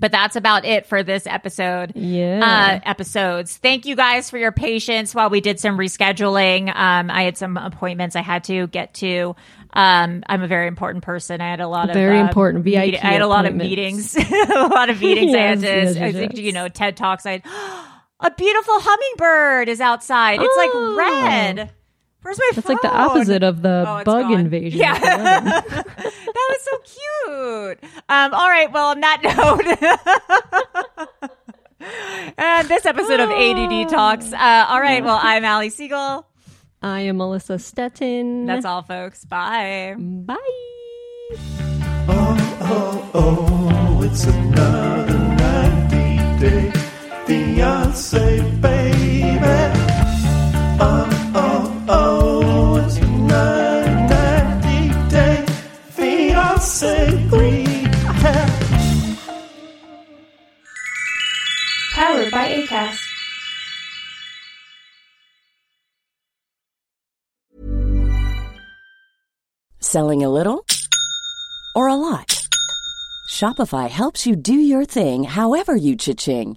But that's about it for this episode. Yeah. Uh, episodes. Thank you guys for your patience while we did some rescheduling. Um, I had some appointments I had to get to. Um, I'm a very important person. I had a lot of Very um, important VIP I had a lot of appointments. meetings. a lot of meetings. I had to. Yes, yes, I think yes. you know TED talks. I. A beautiful hummingbird is outside. It's Oh. like red. Where's my That's phone? like the opposite of the Oh, it's bug gone. invasion. Yeah. that was so cute. Um, all right. Well, on that note, and this episode of ADD Talks. Uh, all right. Well, I'm Allie Siegel. I am Melissa Stettin. That's all, folks. Bye. Bye. Oh, it's another 90 day fiance, baby. Oh, oh, oh, it's another 90 day fiance recap. Powered by ACAST. Selling a little or a lot? Shopify helps you do your thing however you cha-ching.